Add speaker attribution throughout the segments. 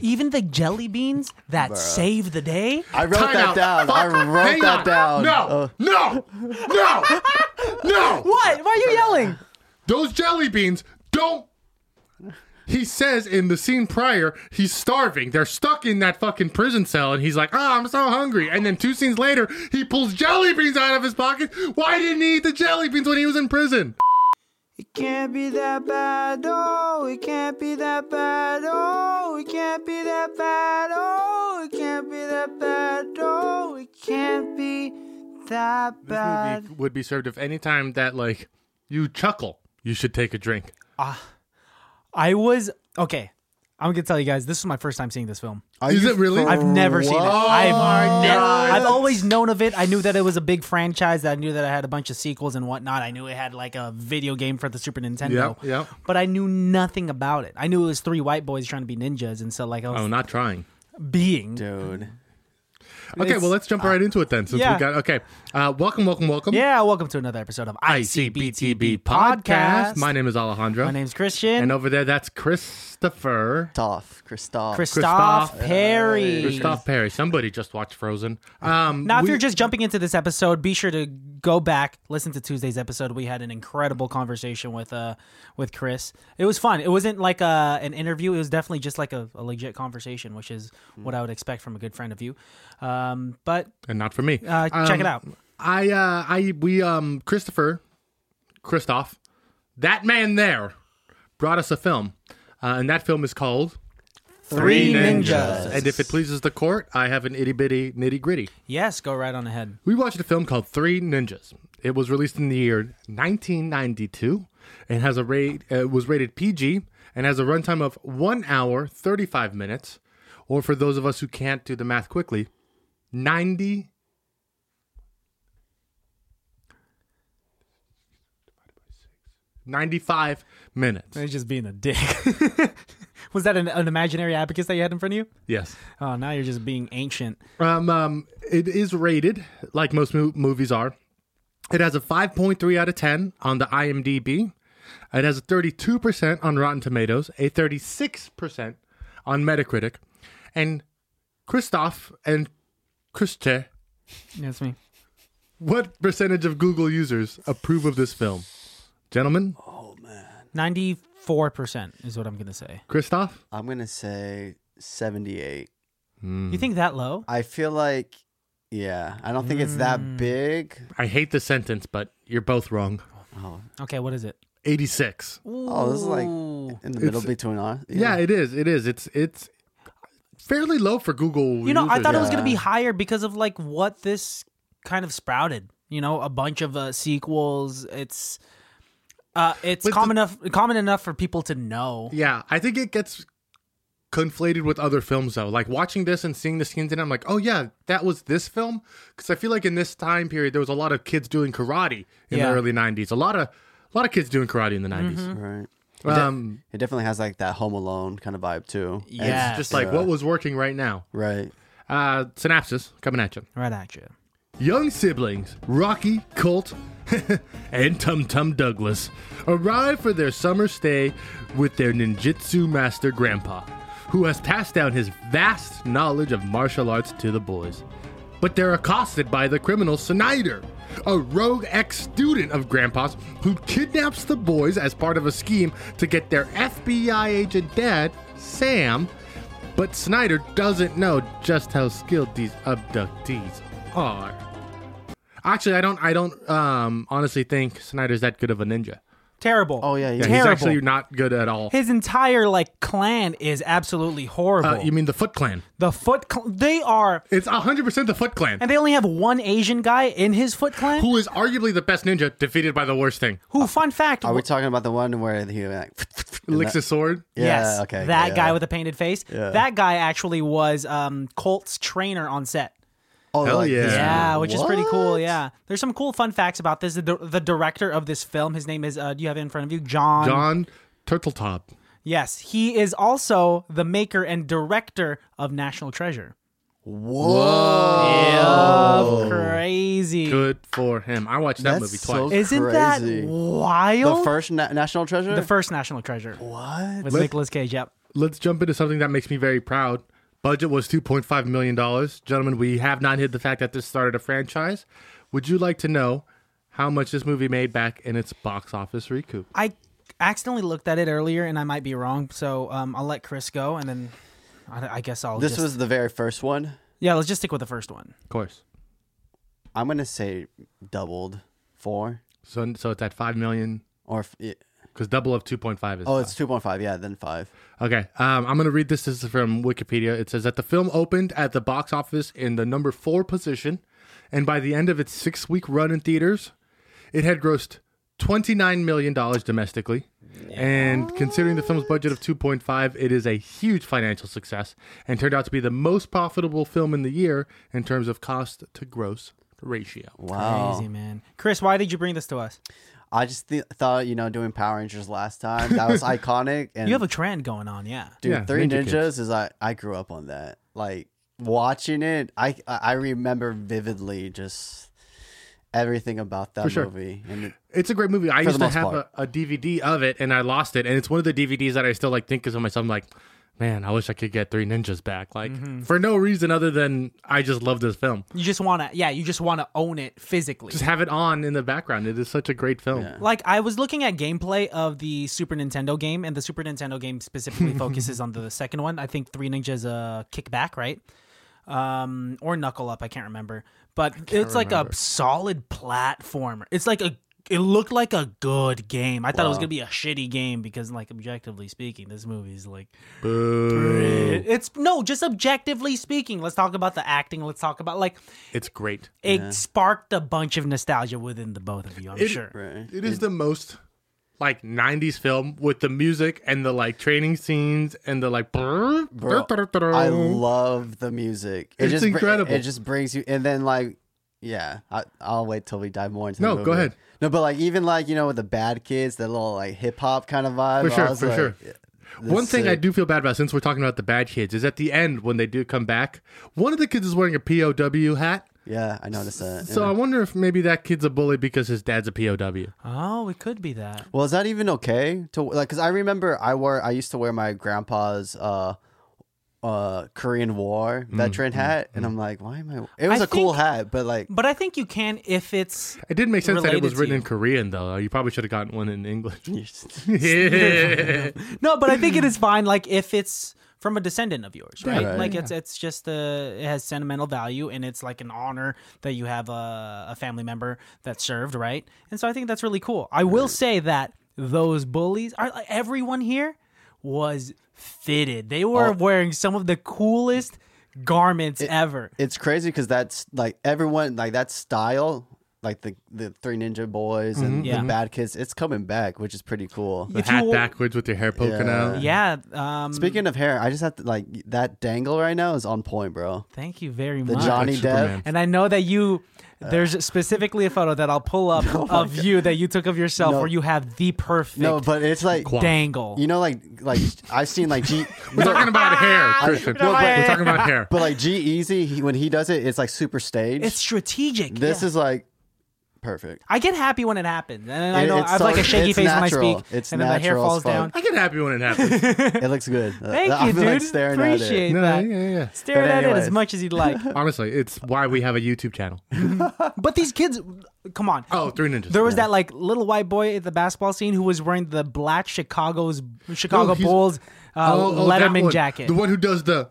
Speaker 1: Even the jelly beans that save the day.
Speaker 2: I wrote
Speaker 3: Time
Speaker 2: that
Speaker 3: out.
Speaker 2: down. I
Speaker 3: Fuck.
Speaker 2: wrote
Speaker 3: Hang
Speaker 2: that
Speaker 3: on.
Speaker 2: down.
Speaker 3: No,
Speaker 2: Uh,
Speaker 3: no, no, no.
Speaker 1: What? Why are you yelling?
Speaker 3: Those jelly beans don't. He says in the scene prior, he's starving. They're stuck in that fucking prison cell, and he's like, "Ah, I'm so hungry." And then two scenes later, he pulls jelly beans out of his pocket. Why didn't he eat the jelly beans when he was in prison?
Speaker 4: It can't be that bad, oh, it can't be that bad, oh, it can't be that bad, oh, it can't be that bad, oh, it can't be that bad.
Speaker 3: Would be, would be served if any time that like you chuckle, you should take a drink.
Speaker 1: I was okay. I'm gonna tell you guys, this is my first time seeing this film.
Speaker 2: are
Speaker 3: Is
Speaker 2: you
Speaker 3: it really?
Speaker 2: for
Speaker 1: I've never seen it.
Speaker 2: what?
Speaker 1: I've, ne-
Speaker 3: Oh God.
Speaker 1: I've always known of it. I knew that it was a big franchise. That I knew that I had a bunch of sequels and whatnot. I knew it had like a video game for the Super Nintendo.
Speaker 3: Yep, yep.
Speaker 1: But I knew nothing about it. I knew it was three white boys trying to be ninjas, and so like I was
Speaker 3: Oh, not trying.
Speaker 1: being.
Speaker 2: Dude.
Speaker 3: Okay, well let's jump right into it then. Since
Speaker 1: yeah.
Speaker 3: we got okay, uh, welcome, welcome, welcome.
Speaker 1: Yeah, welcome to another episode of ICBTB Podcast.
Speaker 3: My name is Alejandro.
Speaker 1: My name's Christian.
Speaker 3: and over there that's Christopher.
Speaker 2: Tough. Christoph.
Speaker 1: Christoph Perry.
Speaker 3: Christoph Perry. Somebody just watched Frozen. Um,
Speaker 1: Now, if
Speaker 3: we-
Speaker 1: you're just jumping into this episode, be sure to go back, listen to Tuesday's episode. We had an incredible conversation with uh with Chris. It was fun. It wasn't like a, an interview. It was definitely just like a, a legit conversation, which is what I would expect from a good friend of you. Um, but
Speaker 3: and not for me.
Speaker 1: uh, check it
Speaker 3: Um,
Speaker 1: out.
Speaker 3: I uh I we um Christopher Christoph that man there brought us a film. Uh, and that film is called
Speaker 1: Three
Speaker 2: Ninjas.
Speaker 3: And if it pleases the court, I have an itty bitty nitty gritty.
Speaker 1: Yes, go right on ahead.
Speaker 3: We watched a film called Three Ninjas. It was released in the year 1992 and has a rate uh, was rated PG and has a runtime of 1 hour 35 minutes or for those of us who can't do the math quickly 90 95 minutes.
Speaker 1: He's just being a dick. was that an, an imaginary abacus that you had in front of you?
Speaker 3: Yes.
Speaker 1: Oh, now you're just being ancient.
Speaker 3: Um, um, it is rated like most mo- movies are. It has a 5.3 out of 10 on the IMDb. It has a 32% on Rotten Tomatoes, a 36% on Metacritic, and Christoph and Christe.
Speaker 1: That's me.
Speaker 3: What percentage of Google users approve of this film, gentlemen?
Speaker 1: Ninety four percent is what I'm gonna say.
Speaker 3: Christoph,
Speaker 2: I'm going to say 78.
Speaker 1: You think that low?
Speaker 2: I feel like, yeah, I don't think it's
Speaker 3: Hmm.
Speaker 2: that big.
Speaker 3: I hate the sentence, but you're both wrong.
Speaker 1: Okay, what is it?
Speaker 3: 86.
Speaker 2: Oh, this is like
Speaker 1: Ooh.
Speaker 2: in the middle between us.
Speaker 3: Yeah, it is. It is. It's it's fairly low for Google.
Speaker 1: You know, I
Speaker 3: users.
Speaker 1: thought it was
Speaker 2: Yeah.
Speaker 1: going to be higher because of like what this kind of sprouted. You know, a bunch of uh, sequels. It's uh, it's
Speaker 3: But
Speaker 1: common enough common enough for people to know.
Speaker 3: Yeah, I think it gets conflated with other films though. Like watching this and seeing the scenes in it, I'm like, oh yeah, that was this film. Because I feel like in this time period, there was a lot of kids doing karate in
Speaker 1: Yeah.
Speaker 3: the early '90s. A lot of a lot of kids doing karate in the '90s.
Speaker 2: Right.
Speaker 1: Mm-hmm.
Speaker 3: Um,
Speaker 2: It definitely has like that Home Alone kind of vibe too. And-
Speaker 1: Yeah.
Speaker 3: just like what was working right now.
Speaker 2: Right.
Speaker 3: Uh, synapses coming at you.
Speaker 1: Right at you.
Speaker 3: Young siblings, Rocky, Colt, and Tum Tum Douglas, arrive for their summer stay with their ninjutsu master grandpa, who has passed down his vast knowledge of martial arts to the boys. But they're accosted by the criminal Snyder, a rogue ex student of grandpa's who kidnaps the boys as part of a scheme to get their FBI agent dad, Sam, but Snyder doesn't know just how skilled these abductees are. Actually, I don't. I don't. Um, honestly, think Snyder's that good of a ninja.
Speaker 1: Terrible.
Speaker 2: Oh, yeah,
Speaker 3: Yeah,
Speaker 2: yeah.
Speaker 3: he's
Speaker 1: Terrible.
Speaker 3: actually not good at all.
Speaker 1: His entire like clan is absolutely horrible.
Speaker 3: Uh, you mean the Foot Clan?
Speaker 1: the Foot cl- they are,
Speaker 3: It's hundred percent the Foot Clan,
Speaker 1: and they only have one Asian guy in his Foot clan. Who,
Speaker 3: who is arguably the best ninja, defeated by the worst thing.
Speaker 1: fun fact?
Speaker 2: Are we talking about the one where he like
Speaker 3: Licks his sword.
Speaker 2: Yeah,
Speaker 1: yes.
Speaker 2: okay.
Speaker 1: That
Speaker 2: yeah.
Speaker 1: guy with the painted face. That guy actually was um, Colt's trainer on set.
Speaker 2: oh,
Speaker 3: Hell
Speaker 2: his-
Speaker 3: yeah.
Speaker 1: Yeah, which is pretty cool.
Speaker 2: What?
Speaker 1: Yeah, there's some cool fun facts about this. The, the director of this film, his name is. Uh, do you have it in front of you, John?
Speaker 3: John Turtletop.
Speaker 1: Yes, he is also the maker and director of National Treasure.
Speaker 2: Whoa.
Speaker 1: Oh, crazy!
Speaker 3: Good for him. I watched that
Speaker 2: That's
Speaker 3: movie twice.
Speaker 2: so-
Speaker 1: Isn't that
Speaker 2: Crazy.
Speaker 1: wild?
Speaker 2: The first na- national treasure.
Speaker 1: The first National Treasure
Speaker 2: what?
Speaker 1: with Nicolas Cage. Yep.
Speaker 3: Let's jump into something that makes me very proud. Budget was $2.5 million. Gentlemen, we have not hid the fact that this started a franchise. Would you like to know how much this movie made back in its box office recoup?
Speaker 1: I accidentally looked at it earlier, and I might be wrong. So um, I'll let Chris go, and then I, I guess I'll.
Speaker 2: This
Speaker 1: just,
Speaker 2: was the very first one.
Speaker 1: yeah. Let's just stick with the first one.
Speaker 3: Of course.
Speaker 2: I'm gonna say doubled four
Speaker 3: So, so it's at 5 million
Speaker 2: or f- yeah.
Speaker 3: because double of 2.5 is
Speaker 2: oh, it's two point five. Yeah, then five.
Speaker 3: Okay, um, I'm going to read this. This is from Wikipedia. It says that the film opened at the box office in the number four position, and by the end of its six week run in theaters, it had grossed $29 million domestically. And considering the film's budget of 2.5, it is a huge financial success and turned out to be the most profitable film in the year in terms of cost to gross ratio.
Speaker 2: Wow.
Speaker 1: Crazy man, Chris. Why did you bring this to us?
Speaker 2: I just th- thought you know doing Power Rangers last time that was iconic. And
Speaker 1: You have a trend going on, yeah.
Speaker 2: dude,
Speaker 3: Yeah,
Speaker 2: Three
Speaker 3: Ninja
Speaker 2: Ninjas
Speaker 3: Kids.
Speaker 2: is I I grew up on that. Like watching it, I I I remember vividly just everything about that
Speaker 3: sure.
Speaker 2: movie. And it,
Speaker 3: It's a great movie. I used to
Speaker 2: most
Speaker 3: have
Speaker 2: part.
Speaker 3: a, a DVD of it, and I lost it. And it's one of the DVDs that I still like think of myself. I'm like, man, I wish I could get Three Ninjas back. Like for no reason other than I just love this film.
Speaker 1: You just want to, yeah. You just want to own it physically.
Speaker 3: Just have it on in the background. It is such a great film.
Speaker 1: Like I was looking at gameplay of the Super Nintendo game, and the Super Nintendo game specifically focuses on the second one. I think Three Ninjas uh, Kickback, right? Um, or Knuckle Up, I can't remember. But it's like a solid platformer. It's like a. It looked like a good game. I thought it was gonna be a shitty game because, like, objectively speaking, this movie is like It- it's no, just objectively speaking. Let's talk about the acting. Let's talk about like
Speaker 3: It's great.
Speaker 1: it sparked a bunch of nostalgia within the both of you. I'm
Speaker 3: It-
Speaker 1: sure.
Speaker 3: It is the most like 90s film with the music and the like training scenes and the like brrr,
Speaker 2: Bro,
Speaker 3: brrr, brrr,
Speaker 2: I
Speaker 3: brrr.
Speaker 2: love the music. It
Speaker 3: It's
Speaker 2: just br-
Speaker 3: incredible.
Speaker 2: it just brings you, and then like, yeah, I, I'll wait till we dive more into.
Speaker 3: No,
Speaker 2: the movie.
Speaker 3: go ahead.
Speaker 2: No, but like even like you know with the bad kids, that little like hip hop kind of vibe.
Speaker 3: For sure,
Speaker 2: I was
Speaker 3: for
Speaker 2: like,
Speaker 3: sure.
Speaker 2: yeah, this
Speaker 3: One thing I
Speaker 2: sick.
Speaker 3: do feel bad about, since we're talking about the bad kids, is at the end when they do come back, one of the kids is wearing a POW hat.
Speaker 2: Yeah, I noticed that.
Speaker 3: So
Speaker 2: yeah.
Speaker 3: I wonder if maybe that kid's a bully because his dad's a POW.
Speaker 1: Oh, it could be that.
Speaker 2: Well, is that even okay to like? Because I remember I wore, I used to wear my grandpa's uh, uh, Korean War
Speaker 3: Mm,
Speaker 2: veteran hat, and I'm like, why am I? It was a
Speaker 1: I
Speaker 2: cool
Speaker 1: think-
Speaker 2: hat, but like,
Speaker 1: But I think you can if it's
Speaker 3: It did make sense that it
Speaker 1: Related
Speaker 3: was
Speaker 1: to
Speaker 3: written
Speaker 1: you.
Speaker 3: in Korean, though. You probably should have gotten one in English.
Speaker 1: no. But I think it is fine. Like if it's from a descendant of yours, right?
Speaker 2: Right.
Speaker 1: Like it's it's just the it has sentimental value and it's like an honor that you have a, a family member that served, right? And so I think that's really cool. I will say that those bullies are like, everyone here was fitted. They were wearing some of the coolest garments ever.
Speaker 2: it's crazy because that's like everyone like that style. Like the, the three ninja boys and
Speaker 1: Mm-hmm. Yeah.
Speaker 2: the bad kids, it's coming back, which is pretty cool.
Speaker 3: the
Speaker 1: If
Speaker 3: hat
Speaker 1: you-
Speaker 3: backwards with your hair poking
Speaker 2: Yeah.
Speaker 3: out.
Speaker 1: Yeah. Um,
Speaker 2: Speaking of hair, I just have to like that dangle right now is on point, bro.
Speaker 1: thank you very
Speaker 2: The Uh,
Speaker 1: much.
Speaker 2: Johnny
Speaker 3: Superman.
Speaker 2: Depp.
Speaker 1: And I know that you there's specifically a photo that I'll pull up of you that you took of yourself
Speaker 2: No.
Speaker 1: where you have the perfect
Speaker 2: No, but it's like
Speaker 1: dangle.
Speaker 2: you know, like like I've seen like G.
Speaker 3: We're talking about hair,
Speaker 2: I-
Speaker 3: Christian.
Speaker 2: No, but-
Speaker 3: We're talking about hair.
Speaker 2: But like G Easy, he, when he does it, it's like super staged.
Speaker 1: it's strategic.
Speaker 2: this
Speaker 1: yeah.
Speaker 2: is like perfect.
Speaker 1: I get happy when it happens. And I
Speaker 2: It-
Speaker 1: know I
Speaker 2: it's
Speaker 1: have
Speaker 2: so-
Speaker 1: like a shaky
Speaker 2: it's
Speaker 1: face when
Speaker 2: natural.
Speaker 1: I speak.
Speaker 2: It's
Speaker 1: and then my hair
Speaker 2: natural as
Speaker 1: falls
Speaker 2: fuck.
Speaker 1: down.
Speaker 3: I get happy when it happens.
Speaker 2: It looks good.
Speaker 1: Thank
Speaker 2: I'm
Speaker 1: you,
Speaker 2: like
Speaker 1: dude.
Speaker 2: staring
Speaker 1: Appreciate
Speaker 2: at it.
Speaker 3: No,
Speaker 1: that.
Speaker 3: yeah, yeah.
Speaker 1: Stare
Speaker 2: But
Speaker 1: at it as
Speaker 2: anyways.
Speaker 1: much as you'd like.
Speaker 3: Honestly, it's why we have a YouTube channel.
Speaker 1: but these kids come on.
Speaker 3: Oh, Three Ninjas.
Speaker 1: There was that like little white boy at the basketball scene who was wearing the black Chicago's Chicago
Speaker 3: Oh, he's-
Speaker 1: Bulls uh,
Speaker 3: Oh, oh, that
Speaker 1: Letterman
Speaker 3: one.
Speaker 1: jacket.
Speaker 3: The one who does the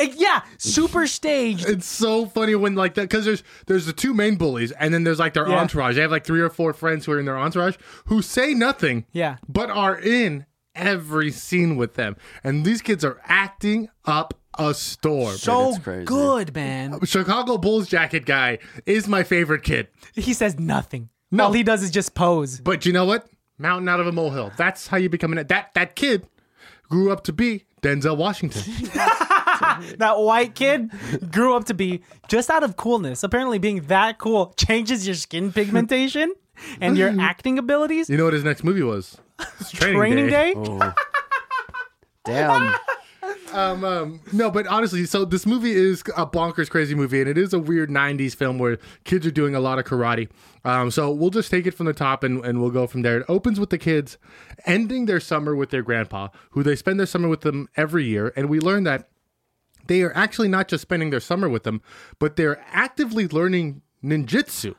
Speaker 1: Eh, yeah, super staged.
Speaker 3: it's so funny when like that because there's there's the two main bullies and then there's like their
Speaker 1: Yeah.
Speaker 3: entourage. They have like three or four friends who are in their entourage who say nothing,
Speaker 1: Yeah.
Speaker 3: but are in every scene with them. And these kids are acting up a storm.
Speaker 1: so
Speaker 2: it's crazy.
Speaker 1: good, man.
Speaker 3: Chicago Bulls jacket guy is my favorite kid,
Speaker 1: He says nothing.
Speaker 3: No.
Speaker 1: All he does is just pose.
Speaker 3: but you know what? Mountain out of a molehill. That's how you become an that that kid grew up to be Denzel Washington.
Speaker 1: That white kid grew up to be just out of coolness. Apparently, being that cool changes your skin pigmentation and your acting abilities.
Speaker 3: you know what
Speaker 2: Oh.
Speaker 3: his next movie was? It's
Speaker 1: Training day.
Speaker 2: Damn.
Speaker 3: Um, um, no, but honestly, so this movie is a bonkers, crazy movie, and it is a weird '90s film where kids are doing a lot of karate. Um, so we'll just take it from the top and, and we'll go from there. It opens with the kids ending their summer with their grandpa, who they spend their summer with them every year, and we learn that they are actually not just spending their summer with them, but they're actively learning ninjutsu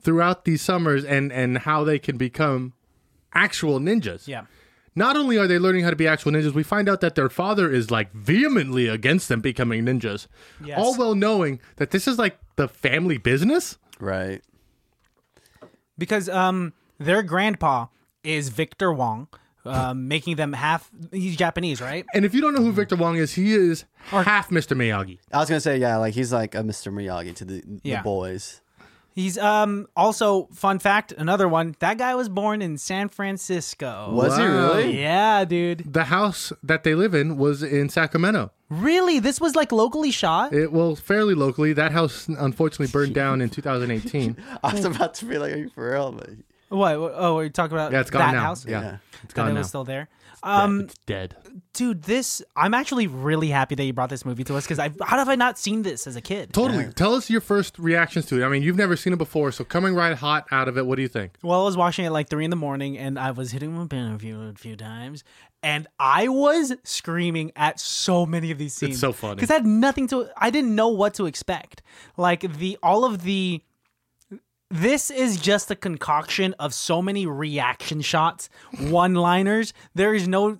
Speaker 3: throughout these summers and and how they can become actual ninjas.
Speaker 1: Yeah.
Speaker 3: Not only are they learning how to be actual ninjas, we find out that their father is like vehemently against them becoming ninjas.
Speaker 1: Yes.
Speaker 3: All well knowing that this is like the family business.
Speaker 2: Right.
Speaker 1: because um their grandpa is Victor Wong, um, making them half. He's Japanese, right?
Speaker 3: And if you don't know
Speaker 1: Mm-hmm.
Speaker 3: who Victor Wong is, he is half Mr. Miyagi.
Speaker 2: I was gonna say yeah, like he's like a Mr. Miyagi to the,
Speaker 1: Yeah.
Speaker 2: the boys.
Speaker 1: He's um also fun fact another one that guy was born in San Francisco.
Speaker 2: Was he
Speaker 3: Wow.
Speaker 2: really?
Speaker 1: Yeah, dude.
Speaker 3: The house that they live in was in Sacramento.
Speaker 1: Really, this was like locally shot.
Speaker 3: It well, fairly locally. That house unfortunately burned down in 2018.
Speaker 2: I was about to be like, are you for real? But
Speaker 1: What? what- Oh, are you talking about
Speaker 3: Yeah, it's gone
Speaker 1: that
Speaker 3: now.
Speaker 1: house?
Speaker 3: Yeah.
Speaker 2: Yeah.
Speaker 1: That
Speaker 3: It's gone
Speaker 1: it
Speaker 3: now.
Speaker 1: was still there. Um,
Speaker 3: it's dead.
Speaker 1: dude, this I'm actually really happy that you brought this movie to us because I how have I not seen this as a kid?
Speaker 3: Totally. Tell us your first reactions to it. I mean, you've never seen it before, so coming right hot out of it, what do you think?
Speaker 1: Well, I was watching it like three in the morning, and I was hitting my pen a few, a few times, and I was screaming at so many of these scenes.
Speaker 3: so funny.
Speaker 1: because I had nothing to. I didn't know what to expect. Like the all of the. This is just a concoction of so many reaction shots, one-liners. There is no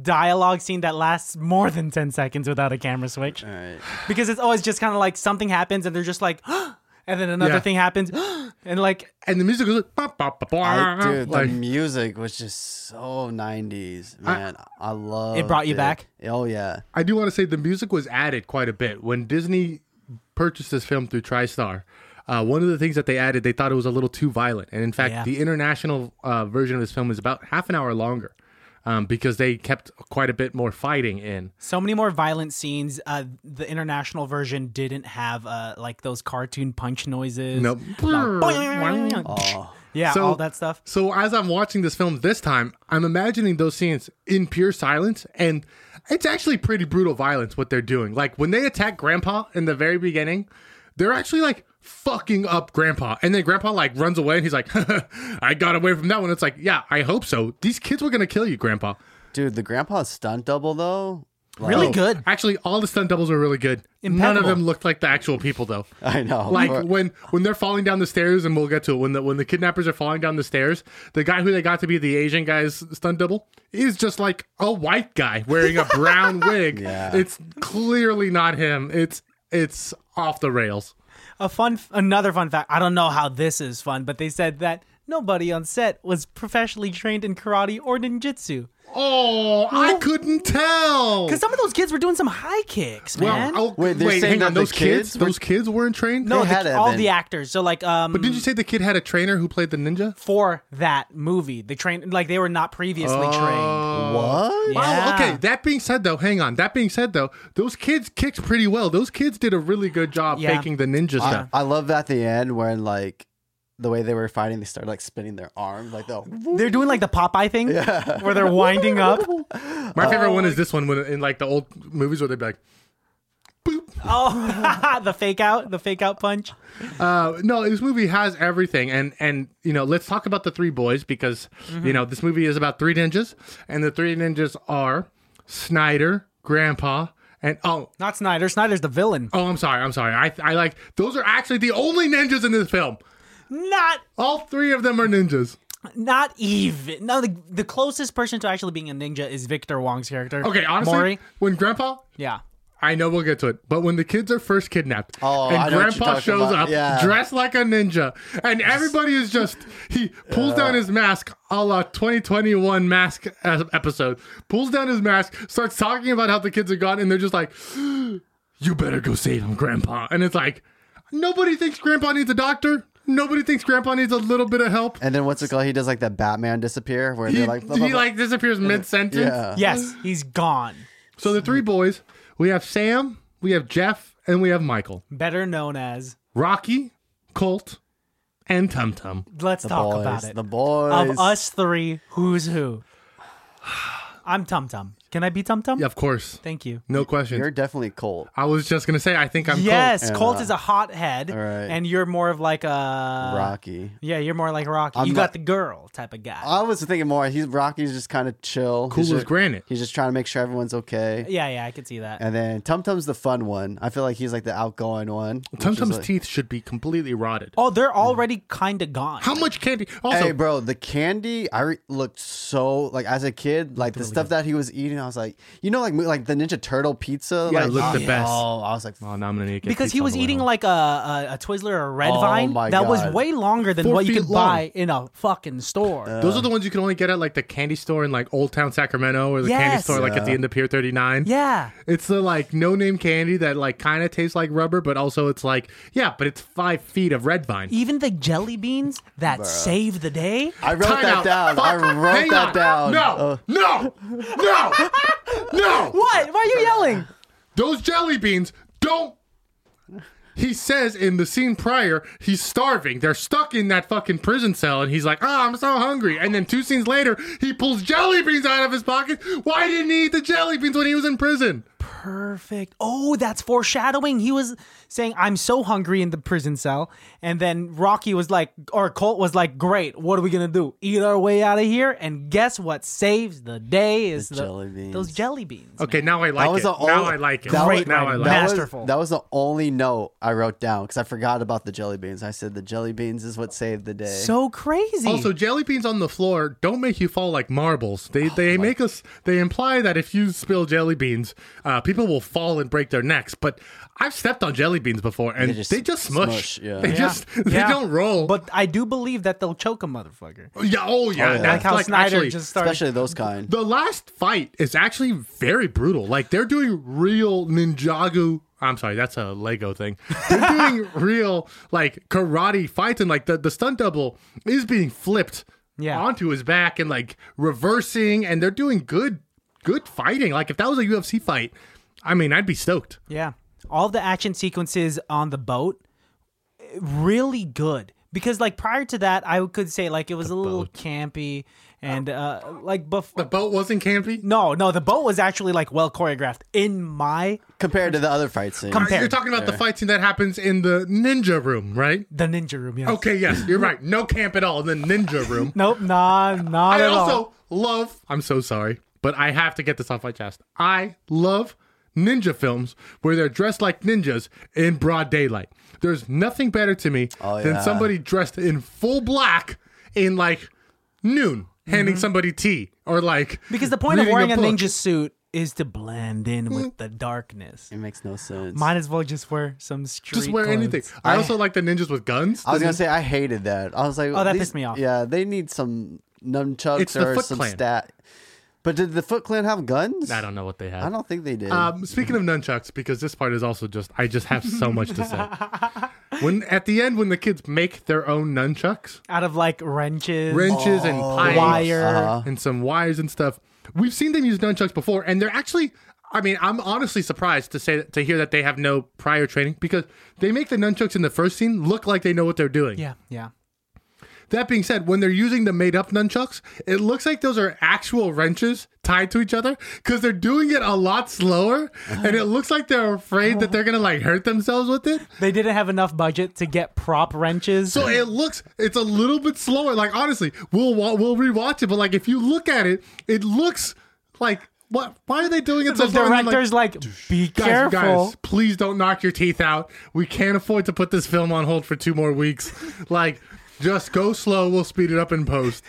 Speaker 1: dialogue scene that lasts more than 10 seconds without a camera switch
Speaker 2: all right.
Speaker 1: because it's always just kind of like something happens and they're just like and then another
Speaker 3: Yeah.
Speaker 1: thing happens and like
Speaker 3: And the music goes like, bah, bah, bah, bah,
Speaker 2: I, dude, the
Speaker 3: Uh-huh. like,
Speaker 2: music was just so '90s, man. I, love
Speaker 1: It brought you back?
Speaker 2: Oh yeah,
Speaker 3: I do want to say the music was added quite a bit when Disney purchased this film through TriStar. Uh, one of the things that they added, they thought it was a little too violent, and in fact,
Speaker 1: Yeah.
Speaker 3: the international uh, version of this film is about half an hour longer um, because they kept quite a bit more fighting in.
Speaker 1: So many more violent scenes. Uh, the international version didn't have uh, like those cartoon punch noises.
Speaker 3: Nope.
Speaker 1: Yeah,
Speaker 3: So-
Speaker 1: all that stuff.
Speaker 3: So as I'm watching this film this time, I'm imagining those scenes in pure silence, and it's actually pretty brutal violence what they're doing. Like when they attack Grandpa in the very beginning, they're actually like fucking up Grandpa, and then Grandpa like runs away, and he's like, "I got away from that one." It's like, yeah, I hope so. These kids were gonna kill you, Grandpa. Oh,
Speaker 2: dude, the grandpa's stunt double though. Like,
Speaker 1: Really good.
Speaker 3: Actually, all the stunt doubles were really good. None of
Speaker 1: Impeccable.
Speaker 3: them looked like the actual people though.
Speaker 2: I know.
Speaker 3: like
Speaker 2: Or-
Speaker 3: when when they're falling down the stairs and we'll get to it when the when the kidnappers are falling down the stairs the guy who they got to be the asian guy's stunt double is just like a white guy wearing a brown wig
Speaker 2: Yeah.
Speaker 3: it's clearly not him it's it's off the rails
Speaker 1: A fun, another fun fact. I don't know how this is fun, but they said that nobody on set was professionally trained in karate or ninjutsu
Speaker 3: oh i couldn't tell
Speaker 1: because some of those kids were doing some high kicks,
Speaker 3: well,
Speaker 1: man.
Speaker 3: oh,
Speaker 2: Wait, they're saying
Speaker 3: hang
Speaker 2: that
Speaker 3: on.
Speaker 2: the
Speaker 3: Those kids,
Speaker 2: kids were-
Speaker 3: those kids weren't trained.
Speaker 1: no,
Speaker 2: they had
Speaker 1: the,
Speaker 2: to have
Speaker 1: all
Speaker 2: been.
Speaker 1: the actors. So like, um,
Speaker 3: did you say the kid had a trainer who played the ninja?
Speaker 1: for that movie, they trained like they were not previously trained.
Speaker 2: what?
Speaker 1: Yeah.
Speaker 3: Oh, okay. That being said, though, hang on. That being said, though, those kids kicked pretty well. Those kids did a really good job
Speaker 1: Yeah.
Speaker 3: faking the ninja stuff.
Speaker 2: I love at the end when like the way they were fighting, they started like spinning their arm, like the
Speaker 1: They're doing like the Popeye thing where they're winding up.
Speaker 3: My favorite one is this one when in Uh, like the old movies where they'd be like,
Speaker 1: Oh, the fake out, the fake out punch.
Speaker 3: uh, "No, this movie has everything." And and you know, let's talk about the three boys because you know this movie is about three ninjas, and the three ninjas are Snyder, Grandpa, and oh.
Speaker 1: Not Snyder. Snyder's the villain.
Speaker 3: Oh, I'm sorry. I'm sorry. I, I like those are actually the only ninjas in this film.
Speaker 1: Not
Speaker 3: All three of them are ninjas.
Speaker 1: not even. No, the, the closest person to actually being a ninja is Victor Wong's character.
Speaker 3: Okay, honestly, Uh-huh.
Speaker 1: Mori.
Speaker 3: when Grandpa,
Speaker 1: Yeah.
Speaker 3: I know we'll get to it, but when the kids are first kidnapped
Speaker 2: Oh,
Speaker 3: and
Speaker 2: I know what you're
Speaker 3: Grandpa
Speaker 2: talking
Speaker 3: shows
Speaker 2: about.
Speaker 3: up
Speaker 2: Yeah.
Speaker 3: dressed like a ninja, and everybody is just he pulls down his mask, a la 2021 mask uh, episode, pulls down his mask, starts talking about how the kids are gone, and they're just like, "You better go save him, Grandpa," and it's like nobody thinks Grandpa needs a doctor. Nobody thinks Grandpa needs a little bit of help.
Speaker 2: And then what's it called? He does like that Batman disappear where
Speaker 3: He,
Speaker 2: they're like, blah, blah,
Speaker 3: he
Speaker 2: blah.
Speaker 3: like disappears mid sentence.
Speaker 2: yeah.
Speaker 1: Yes, he's gone.
Speaker 3: So the three boys, we have Sam, we have Jeff, and we have Michael.
Speaker 1: Better known as.
Speaker 3: Rocky, Colt, and Tum Tum.
Speaker 1: Let's talk
Speaker 2: boys,
Speaker 1: about it.
Speaker 2: The boys.
Speaker 1: of us three, who's who? I'm Tum Tum. Can I be Tum Tum?
Speaker 3: Yeah, of course.
Speaker 1: Thank you.
Speaker 3: No question.
Speaker 2: You're definitely Colt.
Speaker 3: I was just gonna say I think I'm
Speaker 1: yes,
Speaker 2: Yeah.
Speaker 1: Colt is a hothead,
Speaker 2: right.
Speaker 1: and you're more of like a Uh,
Speaker 2: Rocky.
Speaker 1: Yeah, you're more like Rocky.
Speaker 2: I'm
Speaker 1: you
Speaker 2: not-
Speaker 1: got the girl type of guy.
Speaker 2: I was thinking more. He's Rocky's just kind of chill.
Speaker 3: Cool
Speaker 2: he's
Speaker 3: as
Speaker 2: just,
Speaker 3: granite.
Speaker 2: He's just trying to make sure everyone's okay.
Speaker 1: yeah, yeah, I could see that.
Speaker 2: And then Tum Tum's the fun one. I feel like he's like the outgoing one. which
Speaker 3: Tum
Speaker 2: is
Speaker 3: Tum's
Speaker 2: like-
Speaker 3: teeth should be completely rotted.
Speaker 1: oh, they're already kind of gone.
Speaker 3: How much candy? Also,
Speaker 2: Hey, bro, the candy I re- looked so like as a kid, like the stuff that he was eating. I was like, you know, like mo- like the Ninja Turtle pizza.
Speaker 3: Yeah, it
Speaker 2: like,
Speaker 3: looked
Speaker 2: oh,
Speaker 3: the best.
Speaker 2: Oh, I was like,
Speaker 3: oh, now I'm gonna need to get
Speaker 1: because
Speaker 3: pizza
Speaker 1: he
Speaker 3: on
Speaker 1: was
Speaker 3: the way
Speaker 1: eating
Speaker 3: home.
Speaker 1: like a, a a Twizzler or a red
Speaker 2: Oh
Speaker 1: vine
Speaker 2: my
Speaker 1: that was
Speaker 2: God.
Speaker 1: way longer than
Speaker 3: Four
Speaker 1: what you
Speaker 3: feet
Speaker 1: could
Speaker 3: long. Uh,
Speaker 1: buy in a fucking store.
Speaker 3: Those
Speaker 2: uh,
Speaker 3: are the ones you can only get at like the candy store in like Old Town Sacramento or the candy
Speaker 1: Yes.
Speaker 3: store like at the end of Pier 39.
Speaker 1: yeah,
Speaker 3: It's the like no name candy that like kind of tastes like rubber, but also it's like, yeah, but it's five feet of red vine.
Speaker 1: even the jelly beans that saved the day.
Speaker 2: I wrote
Speaker 3: Time
Speaker 2: that
Speaker 3: out.
Speaker 2: down. I
Speaker 3: Fuck.
Speaker 2: wrote
Speaker 3: Hang
Speaker 2: that
Speaker 3: on.
Speaker 2: down.
Speaker 3: No,
Speaker 2: Uh,
Speaker 3: no, no, no.
Speaker 1: What? Why are you yelling?
Speaker 3: Those jelly beans don't. He says in the scene prior, he's starving. They're stuck in that fucking prison cell, and he's like, "Ah, I'm so hungry." And then two scenes later, he pulls jelly beans out of his pocket. Why didn't he eat the jelly beans when he was in prison?
Speaker 1: Perfect. Oh, that's foreshadowing. He was saying, "I'm so hungry in the prison cell," and then Rocky was like, or Colt was like, "Great, what are we gonna do? Eat our way out of here." And guess what saves the day is the
Speaker 2: jelly beans.
Speaker 1: Those jelly beans.
Speaker 3: Okay, now I like
Speaker 2: That was
Speaker 3: it.
Speaker 2: the
Speaker 3: now
Speaker 2: only-
Speaker 3: I like it.
Speaker 2: that
Speaker 1: was-
Speaker 3: now I
Speaker 1: Great writing.
Speaker 3: like it.
Speaker 2: was-
Speaker 1: Masterful.
Speaker 2: that was the only note I wrote down because I forgot about the jelly beans. I said the jelly beans is what saved the day.
Speaker 1: So crazy.
Speaker 3: Also, jelly beans on the floor don't make you fall like marbles. They they make us. They imply that if you spill jelly beans, uh, people will fall and break their necks. But I've stepped on jelly beans before, and they
Speaker 2: They
Speaker 3: just,
Speaker 2: just
Speaker 3: smush.
Speaker 2: smush, yeah.
Speaker 3: They
Speaker 2: Yeah.
Speaker 3: just they
Speaker 1: Yeah.
Speaker 3: don't roll.
Speaker 1: but I do believe that they'll choke a motherfucker.
Speaker 3: yeah, oh yeah,
Speaker 2: yeah.
Speaker 3: that's
Speaker 1: Like how
Speaker 3: like,
Speaker 1: Snyder
Speaker 3: actually,
Speaker 1: just started.
Speaker 2: especially those kind.
Speaker 3: The last fight is actually very brutal. Like they're doing real ninjago. I'm sorry, that's a Lego thing. They're doing real like karate fights, and like the the stunt double is being flipped
Speaker 1: Yeah.
Speaker 3: onto his back and like reversing, and they're doing good good fighting. Like if that was a UFC fight, I mean, I'd be stoked.
Speaker 1: Yeah. All the action sequences on the boat eh, really good. Because like prior to that, I could say like it was a little campy and uh like
Speaker 3: The
Speaker 1: before
Speaker 3: boat wasn't campy.
Speaker 1: No, no, the boat was actually like well choreographed in my
Speaker 2: Compared to the other fight scenes.
Speaker 1: Com-
Speaker 3: You're talking about the fight scene that happens in the ninja room, right?
Speaker 1: the ninja room, yes.
Speaker 3: Okay, yes, you're right. No camp at all in the ninja room.
Speaker 1: Nope, nah, not
Speaker 3: I
Speaker 1: at all.
Speaker 3: also love. I'm so sorry, but I have to get this off my chest. I love ninja films where they're dressed like ninjas in broad daylight. There's nothing better to me than
Speaker 2: Oh, yeah.
Speaker 3: somebody dressed in full black in like noon handing somebody tea or like
Speaker 1: Because the point of
Speaker 3: reading
Speaker 1: wearing a,
Speaker 3: book. Mm.
Speaker 1: ninja suit is to blend in with the darkness.
Speaker 2: it makes no sense.
Speaker 1: Might as well just wear some street
Speaker 3: Just wear
Speaker 1: clothes.
Speaker 3: anything. I also like the ninjas with guns.
Speaker 2: I was gonna say I hated that. I was like,
Speaker 1: Oh, that
Speaker 2: these-
Speaker 1: pissed me off.
Speaker 2: Yeah, they need some nunchucks
Speaker 3: It's the
Speaker 2: or
Speaker 3: Foot
Speaker 2: some
Speaker 3: Clan.
Speaker 2: stat. But did the Foot Clan have guns?
Speaker 3: I don't know what they have.
Speaker 2: I don't think they did.
Speaker 3: Um, speaking of nunchucks, because this part is also just I just have so much to say. When at the end, when the kids make their own nunchucks,
Speaker 1: out of like wrenches,
Speaker 3: wrenches and pipes,
Speaker 1: wire.
Speaker 2: Uh-huh.
Speaker 3: and some wires and stuff. We've seen them use nunchucks before, and they're actually. I mean, I'm honestly surprised to say to hear that they have no prior training because they make the nunchucks in the first scene look like they know what they're doing.
Speaker 1: Yeah, yeah.
Speaker 3: That being said, when they're using the made up nunchucks, it looks like those are actual wrenches tied to each other because they're doing it a lot slower, and it looks like they're afraid that they're gonna like hurt themselves with it.
Speaker 1: They didn't have enough budget to get prop wrenches.
Speaker 3: So it looks it's a little bit slower. Like honestly, we'll wa- we'll rewatch it, but like if you look at it, it looks like what? Why are they doing it
Speaker 1: the
Speaker 3: so slow? And then,
Speaker 1: director's like, be
Speaker 3: guys,
Speaker 1: careful.
Speaker 3: guys, please don't knock your teeth out. We can't afford to put this film on hold for two more weeks. like, just go slow. We'll speed it up in post.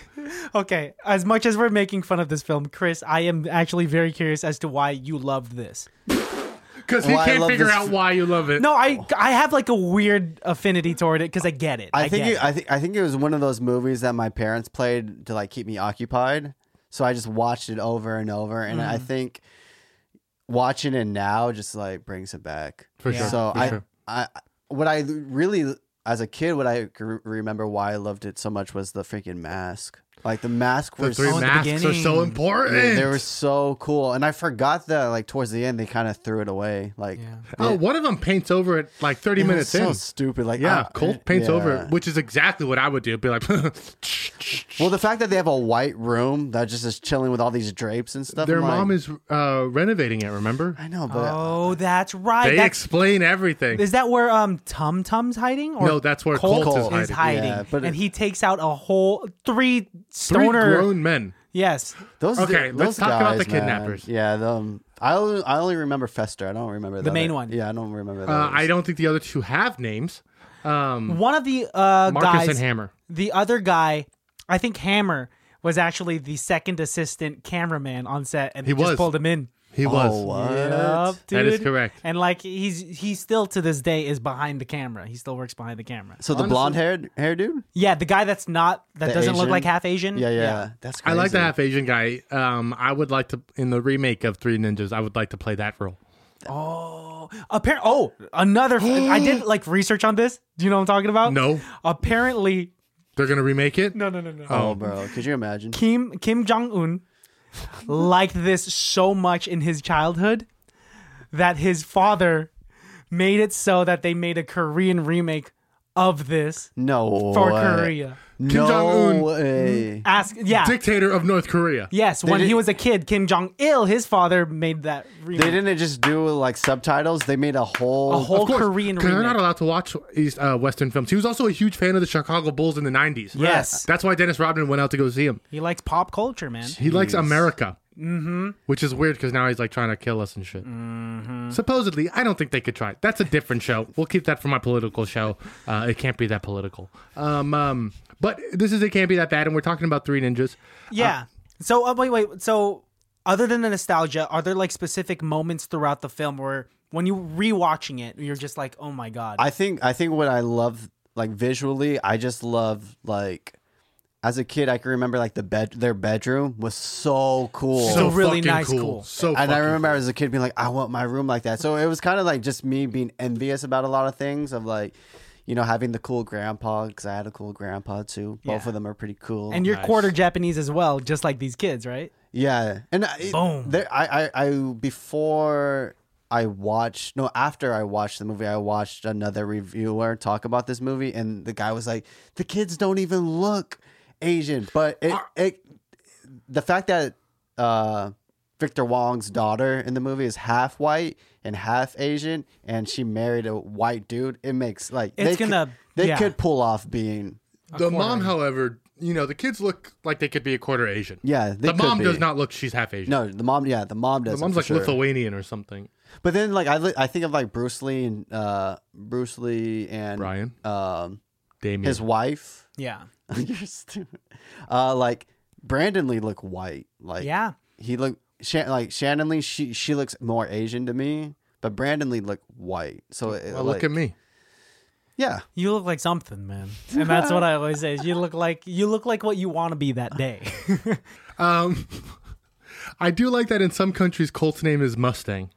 Speaker 1: Okay, as much as we're making fun of this film, Chris, I am actually very curious as to why you loved this.
Speaker 3: Because he
Speaker 2: Well, I
Speaker 3: can't
Speaker 2: love
Speaker 3: figure
Speaker 2: this-
Speaker 3: out why you love it.
Speaker 1: No, I I have like a weird affinity toward it because I get it. I,
Speaker 2: I think
Speaker 1: get
Speaker 2: it,
Speaker 1: it.
Speaker 2: I think I think it was one of those movies that my parents played to like keep me occupied. So I just watched it over and over, and I think watching it now just like brings it back.
Speaker 3: For sure,
Speaker 2: So
Speaker 3: for
Speaker 2: I,
Speaker 3: sure.
Speaker 2: I, what I really as a kid, what I can re- remember why I loved it so much was the freaking mask. Like the mask
Speaker 3: the
Speaker 2: was
Speaker 3: three
Speaker 1: Oh, at the
Speaker 3: masks are so
Speaker 1: beginning.
Speaker 3: important.
Speaker 2: they were so cool, and I forgot that like towards the end they kind of threw it away. Like
Speaker 3: Oh, one of them paints over it like 30
Speaker 2: it was
Speaker 3: minutes
Speaker 2: so
Speaker 3: in.
Speaker 2: stupid. Like
Speaker 3: Yeah,
Speaker 2: uh,
Speaker 3: Colt paints
Speaker 2: yeah.
Speaker 3: over it, which is exactly what I would do. Be like,
Speaker 2: Well, the fact that they have a white room that just is chilling with all these drapes and stuff.
Speaker 3: Their
Speaker 2: I'm like,
Speaker 3: mom is uh, renovating it. Remember?
Speaker 2: I know, but
Speaker 1: Oh, that's right.
Speaker 3: They
Speaker 1: that's,
Speaker 3: explain everything.
Speaker 1: is that where um Tum Tum's hiding? Or
Speaker 3: No, that's where
Speaker 1: Colt,
Speaker 3: Colt
Speaker 1: is
Speaker 3: is
Speaker 1: hiding.
Speaker 3: hiding.
Speaker 2: Yeah, but
Speaker 1: and
Speaker 2: it-
Speaker 1: he takes out a whole three
Speaker 3: Three
Speaker 1: stoner.
Speaker 3: grown men.
Speaker 1: yes.
Speaker 2: those.
Speaker 3: Okay,
Speaker 2: those
Speaker 3: let's talk about the
Speaker 2: guys, man.
Speaker 3: kidnappers.
Speaker 2: Yeah, the, um, I only, I only remember Fester. I don't remember the,
Speaker 1: main
Speaker 2: other-
Speaker 1: one.
Speaker 2: Yeah, I don't remember.
Speaker 3: Uh,
Speaker 2: those.
Speaker 3: I don't think the other two have names. Um,
Speaker 1: One of the uh
Speaker 3: Marcus
Speaker 1: guys,
Speaker 3: and Hammer.
Speaker 1: the other guy, I think Hammer was actually the second assistant cameraman on set, and
Speaker 3: He
Speaker 1: they just
Speaker 3: was.
Speaker 1: pulled him in.
Speaker 3: He
Speaker 2: Oh,
Speaker 1: uh,
Speaker 3: was.
Speaker 2: what?
Speaker 1: Yup,
Speaker 3: That is
Speaker 1: dude.
Speaker 3: correct.
Speaker 1: And like he's he still to this day is behind the camera. He still works behind the camera.
Speaker 2: So the blonde haired hair dude.
Speaker 1: Yeah, the guy that's not that
Speaker 2: The
Speaker 1: doesn't look
Speaker 2: Asian?
Speaker 1: like half Asian.
Speaker 2: Yeah, yeah, that's.
Speaker 3: I
Speaker 2: Crazy.
Speaker 3: like the half Asian guy. Um, I would like to in the remake of Three Ninjas. I would like to play that role.
Speaker 1: Oh, apparently. Oh, another. I did like research on this. Do you know what I'm talking about?
Speaker 3: No.
Speaker 1: Apparently,
Speaker 3: They're gonna remake it.
Speaker 1: no, no, no, no.
Speaker 2: Oh, bro, could you imagine?
Speaker 1: Kim Kim Jong Un liked this so much in his childhood that his father made it so that they made a Korean remake of this
Speaker 2: No
Speaker 1: for
Speaker 2: way.
Speaker 1: Korea.
Speaker 2: No
Speaker 3: Jong-un.
Speaker 2: way.
Speaker 1: Ask yeah.
Speaker 3: Dictator of North Korea.
Speaker 1: Yes, when he
Speaker 2: did-
Speaker 1: was a kid, Kim Jong Il, his father made that remake.
Speaker 2: They didn't just do like subtitles. They made a whole.
Speaker 1: a whole
Speaker 3: Of course,
Speaker 1: Korean
Speaker 3: 'cause they're
Speaker 1: remake.
Speaker 3: not allowed to watch East uh, Western films. He was also a huge fan of the Chicago Bulls in the '90s.
Speaker 1: Yes.
Speaker 3: that's why Dennis Rodman went out to go see him.
Speaker 1: he likes pop culture, man.
Speaker 3: He likes America, mm-hmm. which is weird because now he's like trying to kill us and shit. Mm-hmm. Supposedly, I don't think they could try. it. That's a different show. We'll keep that for my political show. Uh, it can't be that political. Um, um, but this is it can't be that bad, and we're talking about three ninjas.
Speaker 1: Yeah. so uh, wait, wait. So other than the nostalgia, are there like specific moments throughout the film where when you rewatching it, you're just like, oh my god,
Speaker 2: I think I think what I love like visually, I just love like as a kid I can remember like the bed their bedroom was so cool.
Speaker 1: So really
Speaker 3: fucking
Speaker 1: nice, cool.
Speaker 3: So
Speaker 2: and I
Speaker 3: fucking
Speaker 2: remember as a kid being like, I want my room like that. So it was kind of like just me being envious about a lot of things of like, you know, having the cool grandpa because I had a cool grandpa too. Both
Speaker 1: Yeah.
Speaker 2: of them are pretty cool.
Speaker 1: and you're
Speaker 3: nice.
Speaker 1: quarter Japanese as well, just like these kids, right?
Speaker 2: Yeah, and I,
Speaker 1: Boom.
Speaker 2: There, I, I, I before I watched no after I watched the movie, I watched another reviewer talk about this movie, and the guy was like, "The kids don't even look Asian," but it,
Speaker 1: Ah.
Speaker 2: it the fact that uh, Victor Wong's daughter in the movie is half white and half Asian, and she married a white dude, it makes like
Speaker 1: It's
Speaker 2: could-
Speaker 1: gonna-
Speaker 2: they
Speaker 1: yeah.
Speaker 2: could pull off being
Speaker 3: The mom, however, you know, the kids look like they could be a quarter Asian.
Speaker 2: yeah. They
Speaker 3: the
Speaker 2: could
Speaker 3: mom
Speaker 2: be.
Speaker 3: does not look she's half Asian.
Speaker 2: No, the mom. Yeah, the mom
Speaker 3: the
Speaker 2: does.
Speaker 3: mom's like
Speaker 2: sure.
Speaker 3: Lithuanian or something.
Speaker 2: But then, like I, li- I think of like Bruce Lee and uh, Bruce Lee and
Speaker 3: Brian?
Speaker 2: um,
Speaker 3: Damien.
Speaker 2: his wife.
Speaker 1: Yeah.
Speaker 2: You're stupid. Uh, like Brandon Lee looked white. Like
Speaker 1: Yeah.
Speaker 2: he looked Shan- like Shannon Lee. She she looks more Asian to me, but Brandon Lee looked white. So it,
Speaker 3: well,
Speaker 2: like-
Speaker 3: look at me.
Speaker 2: Yeah,
Speaker 1: You look like something, man. And that's what I always say. is You look like you look like what you want to be that day.
Speaker 3: Um, I do like that in some countries, Colt's name is Mustang.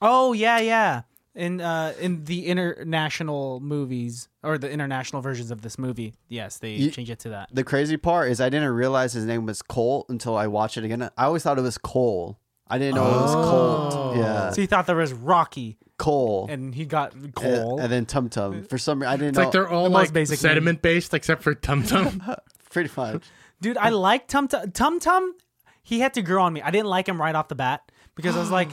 Speaker 1: oh yeah, yeah. In uh in the international movies or the international versions of this movie, yes, they
Speaker 2: You-
Speaker 1: change it to that.
Speaker 2: the crazy part is I didn't realize his name was Colt until I watched it again. I always thought it was Cole. I didn't know it was
Speaker 3: Oh.
Speaker 2: Colt. Yeah,
Speaker 1: So you thought there was Rocky,
Speaker 2: Cole. And-
Speaker 1: and he got Cole.
Speaker 2: and then Tum Tum. For some reason, I didn't
Speaker 3: It's
Speaker 2: know.
Speaker 3: like they're all
Speaker 1: the most
Speaker 3: like
Speaker 1: basic name.
Speaker 3: sediment based, except for Tum Tum.
Speaker 2: pretty much.
Speaker 1: Dude, I like Tum Tum. Tum Tum, he had to grow on me. I didn't like him right off the bat because I was like,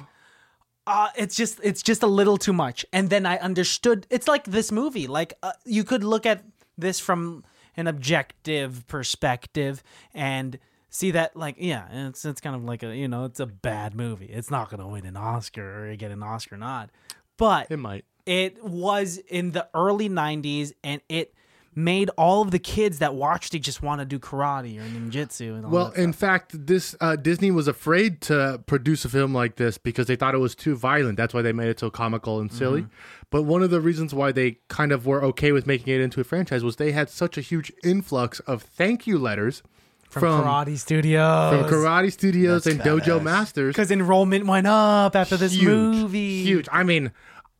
Speaker 1: uh, it's just it's just a little too much. And then I understood. It's like this movie. Like uh, you could look at this from an objective perspective and see that like yeah, it's it's kind of like a you know it's a bad movie. It's not gonna win an Oscar or get an Oscar nod, but
Speaker 3: it might.
Speaker 1: it was in the early 90s and it made all of the kids that watched it just want to do karate or ninjutsu and all
Speaker 3: Well,
Speaker 1: that
Speaker 3: in
Speaker 1: stuff.
Speaker 3: fact, this uh, Disney was afraid to produce a film like this because they thought it was too violent. That's why they made it so comical and silly. But one of the reasons why they kind of were okay with making it into a franchise was they had such a huge influx of thank you letters from
Speaker 1: from,
Speaker 3: from
Speaker 1: karate studios
Speaker 3: karate, studios and dojo
Speaker 2: badass.
Speaker 3: masters.
Speaker 1: because enrollment went up after this
Speaker 3: huge,
Speaker 1: movie
Speaker 3: Huge. I mean,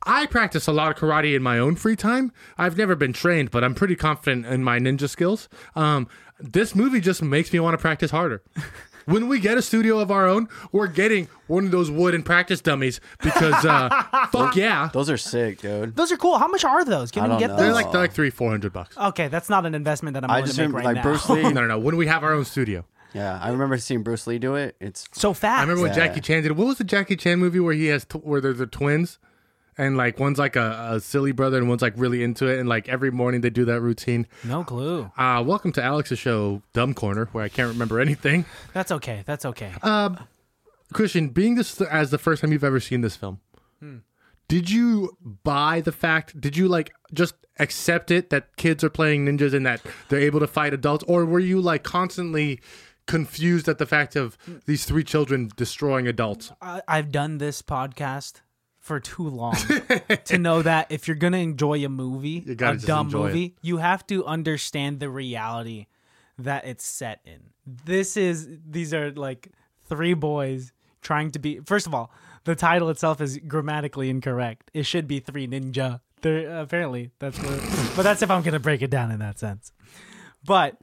Speaker 3: I practice a lot of karate in my own free time. I've never been trained, but I'm pretty confident in my ninja skills. Um, this movie just makes me want to practice harder. When we get a studio of our own, we're getting one of those wooden practice dummies because uh, fuck yeah,
Speaker 2: Those are sick, dude.
Speaker 1: Those are cool. How much are those? Can
Speaker 2: I
Speaker 1: we
Speaker 2: don't
Speaker 1: get
Speaker 2: know.
Speaker 1: those?
Speaker 3: they're like they're like three four hundred bucks.
Speaker 1: okay, that's not an investment that I'm
Speaker 2: I
Speaker 1: going
Speaker 2: just
Speaker 1: to make
Speaker 2: remember,
Speaker 1: right now.
Speaker 2: like Bruce
Speaker 3: No,
Speaker 2: Lee.
Speaker 3: no, no. When we have our own studio.
Speaker 2: Yeah, I remember seeing Bruce Lee do it. It's
Speaker 1: so fast.
Speaker 3: I remember when
Speaker 2: Yeah.
Speaker 3: Jackie Chan did. What was the Jackie Chan movie where he has tw- where they're the twins, and like one's like a, a silly brother and one's like really into it, and like every morning they do that routine.
Speaker 1: no clue.
Speaker 3: Uh, welcome to Alex's show, Dumb Corner, where I can't remember anything.
Speaker 1: That's okay. That's okay.
Speaker 3: Christian, being this as the first time you've ever seen this film, did you buy the fact? Did you like just accept it that kids are playing ninjas and that they're able to fight adults, or were you like constantly? confused at the fact of these three children destroying adults
Speaker 1: I, I've done this podcast for too long to know that if you're gonna enjoy a movie, a
Speaker 3: gotta just
Speaker 1: dumb
Speaker 3: enjoy it.
Speaker 1: movie, you have to understand the reality that it's set in. This is these are like three boys trying to be. First of all, the title itself is grammatically incorrect. It should be three ninja. There apparently that's what, but that's if I'm gonna break it down in that sense. But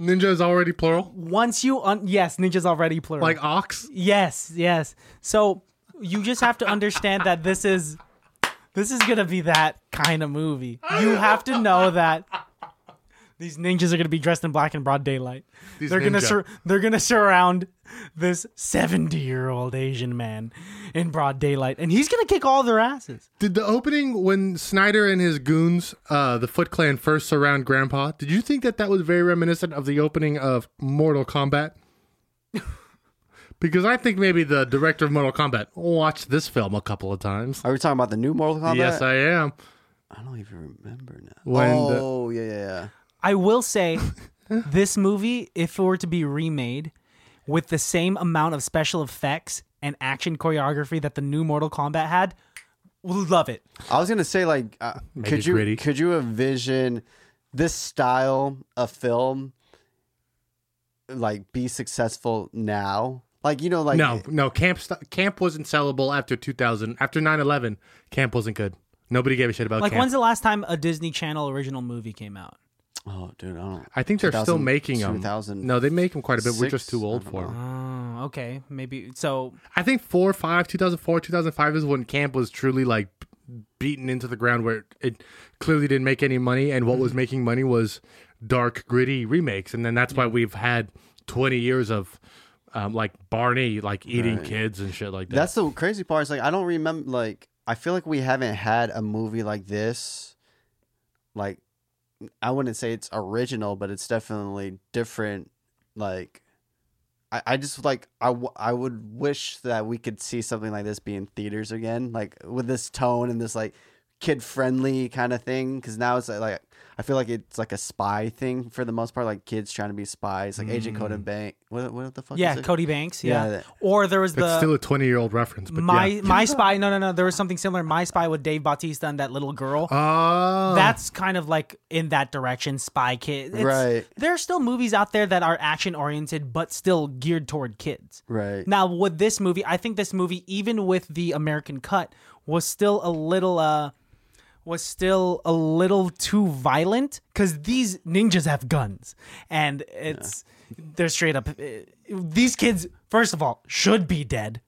Speaker 3: ninja is already plural
Speaker 1: once you un- yes, ninjas already plural.
Speaker 3: like ox
Speaker 1: Yes, yes. So you just have to understand that this is this is gonna be that kind of movie. You have to know that these ninjas are gonna be dressed in black in broad daylight.
Speaker 3: These
Speaker 1: they're gonna
Speaker 3: ninja.
Speaker 1: sur- they're gonna surround this seventy year old Asian man in broad daylight, and he's gonna kick all their asses.
Speaker 3: Did the opening when Snyder and his goons, uh, the Foot Clan, first surround Grandpa? Did you think that that was very reminiscent of the opening of Mortal Kombat? because I think maybe the director of Mortal Kombat watched this film a couple of times.
Speaker 2: Are we talking about the new Mortal Kombat?
Speaker 3: Yes, I am.
Speaker 2: I don't even remember now.
Speaker 3: When the-
Speaker 2: oh yeah, yeah, yeah.
Speaker 1: I will say, this movie, if it were to be remade with the same amount of special effects and action choreography that the new Mortal Kombat had, would love it.
Speaker 2: I was gonna say like, uh,
Speaker 3: it
Speaker 2: could you
Speaker 3: gritty.
Speaker 2: could you envision this style of film like be successful now? Like you know, like
Speaker 3: No, no, camp st- camp wasn't sellable after 2000. After 9/11, camp wasn't good. Nobody gave a shit about
Speaker 1: Like,
Speaker 3: camp.
Speaker 1: when's the last time a Disney Channel original movie came out?
Speaker 2: Oh, dude, I don't.
Speaker 3: I think they're still
Speaker 2: 2000
Speaker 3: making them.
Speaker 2: 2000
Speaker 3: No, they make them quite a bit. We're just
Speaker 2: six?
Speaker 3: too
Speaker 2: I
Speaker 3: old
Speaker 2: don't
Speaker 3: for
Speaker 2: know.
Speaker 3: them.
Speaker 1: Oh, okay, maybe. So
Speaker 3: I think four, five, 2004, 2005 is when camp was truly like beaten into the ground where it clearly didn't make any money. And what
Speaker 1: Mm-hmm.
Speaker 3: was making money was dark, gritty remakes. And then that's
Speaker 1: Mm-hmm.
Speaker 3: why we've had 20 years of um, like Barney, like eating kids and shit like that.
Speaker 2: That's the crazy part. Is like I don't remember. Like I feel like we haven't had a movie like this. Like I wouldn't say it's original, but it's definitely different. Like I, I just like I, w- I would wish that we could see something like this be in theaters again, like with this tone and this like kid friendly kind of thing. Because now it's like, like I feel like it's like a spy thing for the most part. Like kids trying to be spies, like Agent Coda Bank. What what the fuck?
Speaker 1: yeah,
Speaker 2: is it?
Speaker 1: Cody Banks.
Speaker 2: Yeah,
Speaker 1: Yeah.
Speaker 2: that-
Speaker 1: Or there was
Speaker 3: it's
Speaker 1: the
Speaker 3: still a 20 year old reference. But
Speaker 1: my
Speaker 3: yeah.
Speaker 1: my spy. No, no, no. There was something similar. My spy with Dave Bautista and that little girl.
Speaker 3: Oh,
Speaker 1: That's kind of like in that direction, Spy Kid. It's,
Speaker 2: Right.
Speaker 1: There are still movies out there that are action oriented, but still geared toward kids.
Speaker 2: right.
Speaker 1: Now, with this movie, I think this movie, even with the American cut, was still a little uh was still a little too violent because these ninjas have guns and it's they're straight up eh, these kids first of all should be dead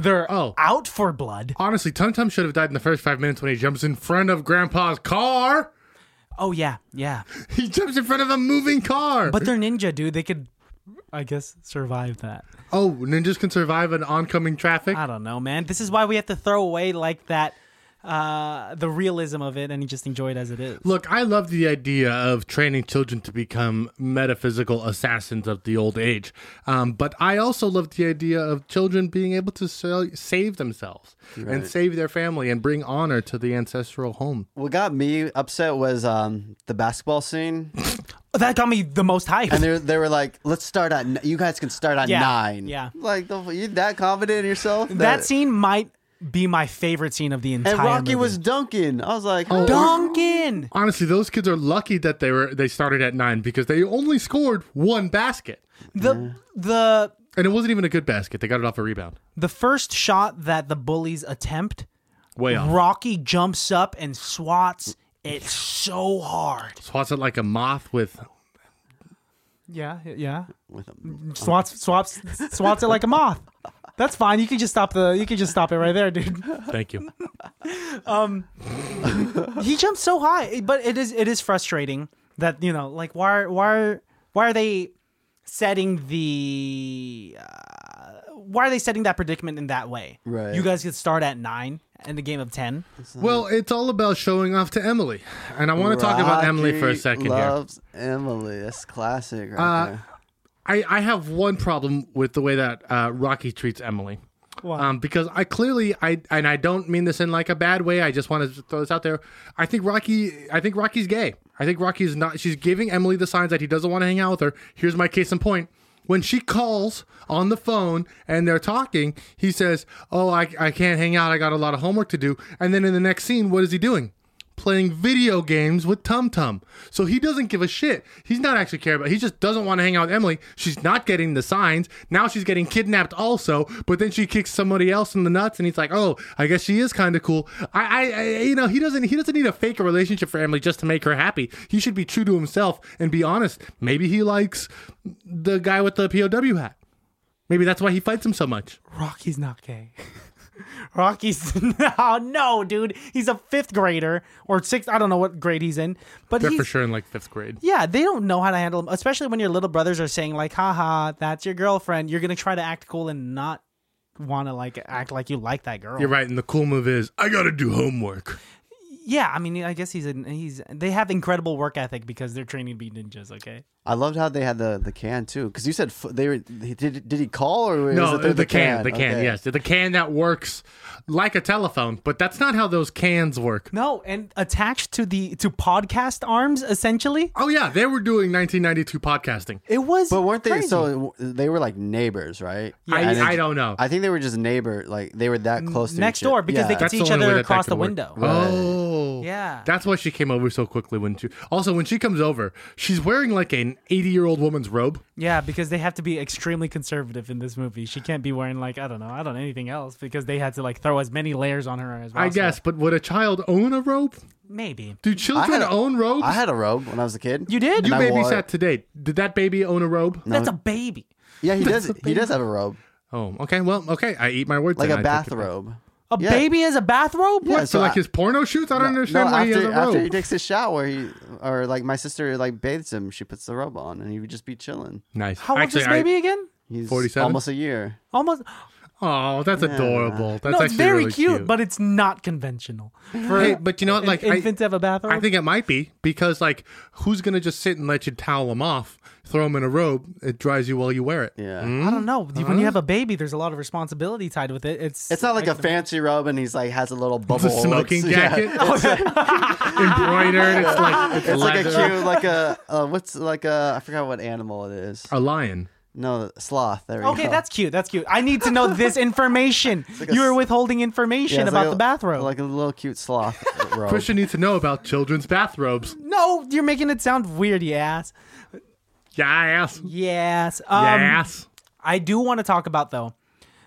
Speaker 1: they're
Speaker 3: Oh.
Speaker 1: out for blood
Speaker 3: honestly, Tum Tum should have died in the first five minutes when he jumps in front of Grandpa's car.
Speaker 1: oh yeah yeah
Speaker 3: He jumps in front of a moving car.
Speaker 1: but they're ninja dude they could i guess survive that
Speaker 3: oh, ninjas can survive an oncoming traffic.
Speaker 1: I don't know, man. This is why we have to throw away like that uh the realism of it and just enjoy it as it is.
Speaker 3: Look, I love the idea of training children to become metaphysical assassins of the old age, um, but I also love the idea of children being able to sell, save themselves and save their family and bring honor to the ancestral home.
Speaker 2: what got me upset was um the basketball scene,
Speaker 1: That got me the most hype.
Speaker 2: and they they were like, "Let's start at n- you guys can start at
Speaker 1: Yeah,
Speaker 2: nine.
Speaker 1: yeah.
Speaker 2: like the, you that confident in yourself?
Speaker 1: that scene might be my favorite scene of the entire
Speaker 2: And Rocky
Speaker 1: movie.
Speaker 2: was dunking. I was like, oh,
Speaker 1: Duncan.
Speaker 3: Honestly, those kids are lucky that they were they started at nine because they only scored one basket,
Speaker 1: The the
Speaker 3: and it wasn't even a good basket. They got it off a rebound.
Speaker 1: the first shot that the bullies attempt,
Speaker 2: Oh,
Speaker 3: Way off.
Speaker 1: Rocky jumps up and swats it so hard.
Speaker 3: Swats it like a moth with
Speaker 1: Yeah, yeah.
Speaker 2: with a
Speaker 1: Swats swaps swats it like a moth. That's fine. You can just stop the. You can just stop it right there, dude.
Speaker 3: Thank you.
Speaker 1: he jumps so high but it is it is frustrating that you know like why are- why are- why are they setting the uh, why are they setting that predicament in that way
Speaker 2: Right.
Speaker 1: you guys could start at nine and the game of 10
Speaker 3: Well, it's all about showing off to Emily, and I want to talk about Emily for a
Speaker 2: Rocky
Speaker 3: second here.
Speaker 2: Loves Emily. That's classic, right
Speaker 3: Uh,
Speaker 2: there.
Speaker 3: I, I have one problem with the way that uh, Rocky treats Emily.
Speaker 1: Why?
Speaker 3: Um, because I clearly I and I don't mean this in like a bad way. I just want to throw this out there. I think Rocky. I think Rocky's gay. I think Rocky's not. She's giving Emily the signs that he doesn't want to hang out with her. Here's my case in point. When she calls on the phone and they're talking, he says, "Oh, I, I can't hang out. I got a lot of homework to do." And then in the next scene, what is he doing? playing video games with Tum Tum. So he doesn't give a shit. He's not actually care about. He just doesn't want to hang out with Emily. She's not getting the signs. Now she's getting kidnapped also. But then she kicks somebody else in the nuts, and he's like, "Oh, I guess she is kind of cool." I, I, I, you know, he doesn't. He doesn't need a fake relationship for Emily just to make her happy. He should be true to himself and be honest. Maybe he likes the guy with the POW hat. Maybe that's why he fights him so much.
Speaker 1: rocky's not gay rocky's oh no dude he's a fifth grader or sixth i don't know what grade he's in but
Speaker 3: They're
Speaker 1: he's
Speaker 3: for sure in like fifth grade.
Speaker 1: Yeah, they don't know how to handle them, especially when your little brothers are saying like, "Haha, that's your girlfriend." You're gonna try to act cool and not want to like act like you like that girl.
Speaker 3: You're right. And the cool move is I gotta do homework.
Speaker 1: Yeah, I mean, I guess he's an, he's they have incredible work ethic because they're training to be ninjas. Okay,
Speaker 2: I loved how they had the, the can too, because you said fo- they were. he- Did did he call or was
Speaker 3: No,
Speaker 2: it through
Speaker 3: the, can, the can,
Speaker 2: Okay.
Speaker 3: yes, the can that works like a telephone, but that's not how those cans work.
Speaker 1: no, and attached to the to podcast arms essentially.
Speaker 3: Oh yeah, they were doing 1992 podcasting.
Speaker 1: It was,
Speaker 2: But weren't they
Speaker 1: crazy.
Speaker 2: so? They were like neighbors, right?
Speaker 3: I-
Speaker 2: And it-
Speaker 3: I don't know.
Speaker 2: I think they were just neighbor. Like they were that close to
Speaker 1: next
Speaker 2: each other.
Speaker 1: door because they
Speaker 2: Yeah.
Speaker 1: could see each
Speaker 3: only way
Speaker 1: other
Speaker 3: that that
Speaker 1: across
Speaker 3: could
Speaker 1: the
Speaker 3: work.
Speaker 1: window.
Speaker 3: Oh,
Speaker 1: Yeah.
Speaker 3: That's why she came over so quickly when she. Also, when she comes over, she's wearing like an 80 year old woman's robe.
Speaker 1: Yeah, because they have to be extremely conservative in this movie. She can't be wearing like I don't know, I don't know anything else because they had to like throw as many layers on her as possible.
Speaker 3: I guess, but would a child own a robe?
Speaker 1: maybe.
Speaker 3: Do
Speaker 2: I
Speaker 3: children
Speaker 2: had a-
Speaker 3: own robes?
Speaker 2: I had a robe when I was a kid.
Speaker 1: You did?
Speaker 2: And
Speaker 3: you
Speaker 2: I wore
Speaker 3: babysat
Speaker 2: it.
Speaker 3: today. Did that baby own a robe?
Speaker 1: That's a baby.
Speaker 2: Yeah, he does. He does have a robe,
Speaker 3: Oh, okay. Well, okay. I eat my words.
Speaker 2: like
Speaker 3: then.
Speaker 2: a
Speaker 3: I take it back.
Speaker 2: bathrobe.
Speaker 1: A
Speaker 2: Yeah.
Speaker 1: baby has a bathrobe?
Speaker 2: Yeah,
Speaker 1: What?
Speaker 3: So,
Speaker 2: So
Speaker 3: like
Speaker 2: I-
Speaker 3: his porno shoots. I don't understand
Speaker 2: no,
Speaker 3: why
Speaker 2: after,
Speaker 3: he has a robe.
Speaker 2: after he takes his shower, he or like my sister like bathes him. She puts the robe on, and he would just be chilling.
Speaker 3: nice.
Speaker 1: How old's
Speaker 3: Actually,
Speaker 1: this
Speaker 3: I-
Speaker 1: baby again?
Speaker 2: He's
Speaker 3: 47?
Speaker 2: almost a year.
Speaker 1: Almost.
Speaker 3: Oh, that's adorable. That's
Speaker 1: no, it's
Speaker 3: actually
Speaker 1: very
Speaker 3: really
Speaker 1: cute, but it's not conventional for
Speaker 3: Hey, but you know what?
Speaker 1: an
Speaker 3: Like, I-
Speaker 1: infant to have a bathrobe.
Speaker 3: I think it might be because like, who's gonna just sit and let you towel them off, throw them in a robe? It dries you while you wear it.
Speaker 2: Yeah.
Speaker 3: Hmm?
Speaker 1: I don't know. When you have a baby, there's a lot of responsibility tied with it. It's
Speaker 2: It's not like a fancy robe, and he's like has a little bubble.
Speaker 3: It's a smoking
Speaker 2: Oh, It's- yeah.
Speaker 3: jacket, embroidered. It's like it's,
Speaker 2: It's like a
Speaker 3: leather.
Speaker 2: cute, like a uh, what's like a I forgot what animal it is.
Speaker 3: a lion.
Speaker 2: No, sloth. There we go.
Speaker 1: Okay, that's cute. That's cute. I need to know this information.
Speaker 2: a
Speaker 1: you were
Speaker 2: s-
Speaker 1: withholding information
Speaker 2: Yeah, it's
Speaker 1: about
Speaker 2: like a-
Speaker 1: the bathrobe.
Speaker 2: Like a little cute sloth robe.
Speaker 3: Christian needs to know about children's bathrobes.
Speaker 1: no, you're making it sound weird, you ass.
Speaker 3: Yes,
Speaker 1: Yes. Um,
Speaker 3: yes.
Speaker 1: I do want to talk about though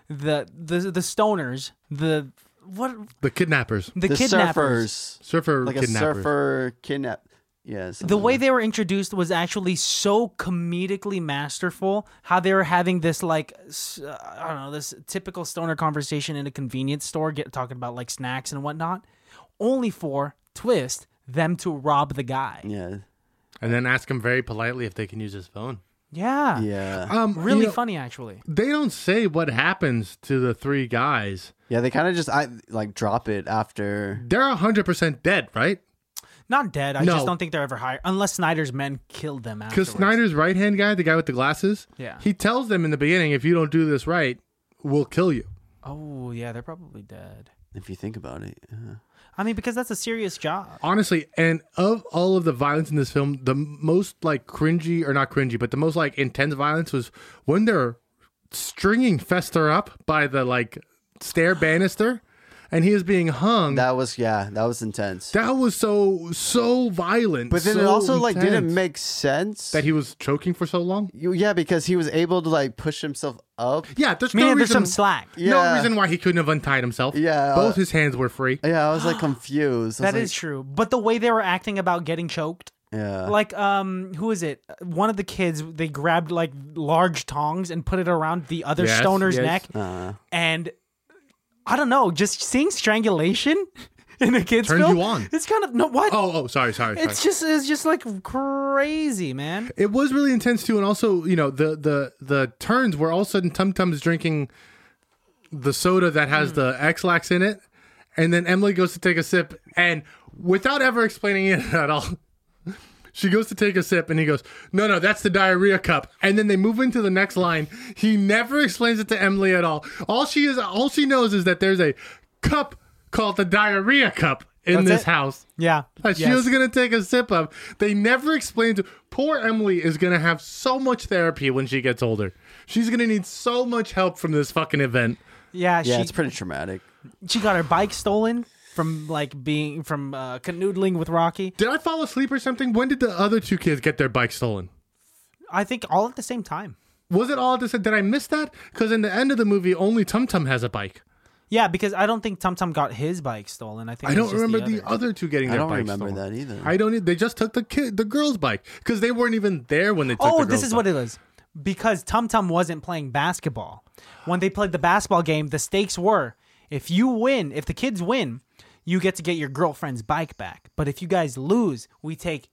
Speaker 1: the the the stoners, the what
Speaker 3: The kidnappers,
Speaker 1: the,
Speaker 2: the
Speaker 1: kidnappers.
Speaker 2: surfers,
Speaker 3: surfer
Speaker 2: like
Speaker 3: kidnappers.
Speaker 2: a surfer kidnap. Yeah,
Speaker 1: the
Speaker 2: something
Speaker 1: way
Speaker 3: Mm-hmm.
Speaker 2: like-
Speaker 1: they were introduced was actually so comedically masterful how they were having this like s- uh, i don't know this typical stoner conversation in a convenience store get talking about like snacks and whatnot only for twist them to rob the guy
Speaker 2: yeah,
Speaker 3: and then ask him very politely if they can use his phone.
Speaker 1: yeah,
Speaker 2: yeah,
Speaker 3: Um, you
Speaker 1: really
Speaker 3: know,
Speaker 1: funny actually
Speaker 3: They don't say what happens to the three guys.
Speaker 2: yeah. They kind of just I like drop it after.
Speaker 3: They're hundred percent dead, right?
Speaker 1: not dead i
Speaker 3: No.
Speaker 1: just don't think they're ever hired unless snyder's men killed them
Speaker 3: Because
Speaker 1: afterwards.
Speaker 3: Snyder's right hand guy, the guy with the glasses,
Speaker 1: Yeah.
Speaker 3: he tells them in the beginning, if you don't do this right, we'll kill you.
Speaker 1: oh yeah they're probably dead
Speaker 2: If you think about it,
Speaker 1: Mm.
Speaker 2: yeah.
Speaker 1: i mean because that's a serious job
Speaker 3: Honestly, and of all of the violence in this film, the most like cringy or not cringy, but the most like intense violence was when they're stringing Fester up by the like stair banister, and he is being hung. That,
Speaker 2: that was yeah, that was intense.
Speaker 3: was so so violent.
Speaker 2: but then it
Speaker 3: so
Speaker 2: also like didn't
Speaker 3: intense.
Speaker 2: make sense.
Speaker 3: that he was choking for so long.
Speaker 2: You- yeah, because he was able to like push himself up.
Speaker 3: Yeah, there's
Speaker 1: i mean
Speaker 3: no
Speaker 1: there's some
Speaker 3: reason.
Speaker 1: slack
Speaker 2: Yeah.
Speaker 3: No reason why he couldn't have untied himself.
Speaker 2: Yeah, uh,
Speaker 3: both his hands were free.
Speaker 2: Yeah, I was like confused. I was
Speaker 1: That is
Speaker 2: like,
Speaker 1: true. But the way they were acting about getting choked
Speaker 2: Yeah.
Speaker 1: Like um, who is it? One of the kids they grabbed like large tongs and put it around the other
Speaker 3: Yes,
Speaker 1: stoner's
Speaker 3: yes.
Speaker 1: neck,
Speaker 2: Uh,
Speaker 1: and I don't know, just seeing strangulation in a kid's
Speaker 3: Turns
Speaker 1: film.
Speaker 3: you on.
Speaker 1: It's kind of no what.
Speaker 3: Oh, oh, sorry, sorry. sorry.
Speaker 1: It's just it's just like crazy, man.
Speaker 3: It was really intense too, and also you know the the the turns where all of a sudden Tum Tum's drinking the soda that
Speaker 1: Hmm.
Speaker 3: has the X lax in it, and then Emily goes to take a sip, and without ever explaining it at all, she goes to take a sip, and he goes, "No, no, that's the diarrhea cup." And then they move into the next line. He never explains it to Emily at all. All she is, all she knows is that there's a cup called the diarrhea cup in
Speaker 1: That's
Speaker 3: this
Speaker 1: it?
Speaker 3: house
Speaker 1: Yeah.
Speaker 3: that she
Speaker 1: Yes.
Speaker 3: was gonna take a sip of. They never explained. Poor Emily is gonna have so much therapy when she gets older. She's gonna need so much help from this fucking event.
Speaker 1: yeah,
Speaker 2: yeah,
Speaker 1: she
Speaker 2: it's pretty traumatic.
Speaker 1: she got her bike stolen from like being from uh, canoodling with Rocky.
Speaker 3: Did I fall asleep or something? When did the other two kids get their bike stolen?
Speaker 1: I think all at the same time.
Speaker 3: Was it all at the same? Did I miss that? Because in the end of the movie, only Tum Tum has a bike.
Speaker 1: Yeah, because I don't think Tum Tum got his bike stolen. I think
Speaker 3: I
Speaker 1: it was
Speaker 3: don't
Speaker 1: just
Speaker 3: remember the other. two getting
Speaker 2: I
Speaker 3: their
Speaker 2: don't
Speaker 3: bike
Speaker 2: remember
Speaker 3: stolen.
Speaker 2: that either.
Speaker 3: I don't. e- They just took the kid, the girl's bike, because they weren't even there when they took.
Speaker 1: Oh,
Speaker 3: the
Speaker 1: this
Speaker 3: girl's
Speaker 1: is
Speaker 3: bike.
Speaker 1: what it was. Because Tum Tum wasn't playing basketball. When they played the basketball game, the stakes were if you win, if the kids win, you get to get your girlfriend's bike back. But if you guys lose, we take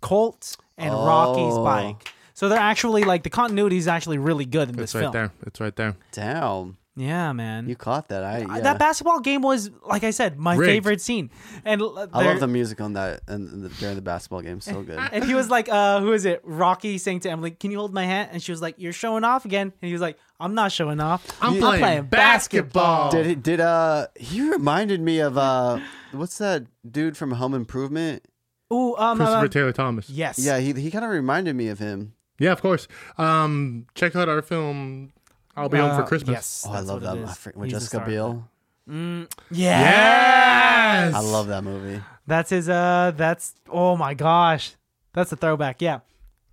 Speaker 1: Colt's and Rocky's
Speaker 2: Oh.
Speaker 1: bike. So they're actually like the continuity is actually really good in this
Speaker 3: It's right
Speaker 1: film.
Speaker 3: there. It's right there.
Speaker 2: Damn,
Speaker 1: Yeah, man.
Speaker 2: you caught that. I yeah.
Speaker 1: That basketball game was, like I said, my
Speaker 3: Rigged.
Speaker 1: favorite scene. And l-
Speaker 2: I
Speaker 1: there-
Speaker 2: love the music on that and and the, during the basketball game. So good.
Speaker 1: And he was like, uh, who is it? Rocky saying to Emily, Can you hold my hand? And she was like, You're showing off again. And he was like, I'm not showing off.
Speaker 3: I'm playing basketball."
Speaker 1: Oh.
Speaker 2: Did it? Did uh? He reminded me of uh. What's that dude from Home Improvement?
Speaker 1: Ooh, um,
Speaker 3: Christopher
Speaker 1: um,
Speaker 3: Taylor Thomas.
Speaker 1: yes.
Speaker 2: Yeah, he he kind of reminded me of him.
Speaker 3: Yeah, of course. Um, check out our film. I'll be home
Speaker 1: Uh,
Speaker 3: for Christmas.
Speaker 1: Yes.
Speaker 2: Oh, I
Speaker 1: that's
Speaker 2: love
Speaker 1: what
Speaker 2: that
Speaker 1: it
Speaker 2: I
Speaker 1: is.
Speaker 2: fr- with
Speaker 1: He's the
Speaker 2: Jessica
Speaker 1: star.
Speaker 2: Biel.
Speaker 1: Yeah.
Speaker 3: Yes.
Speaker 2: I love that movie.
Speaker 1: That's his, uh, that's, oh my gosh. That's a throwback. Yeah.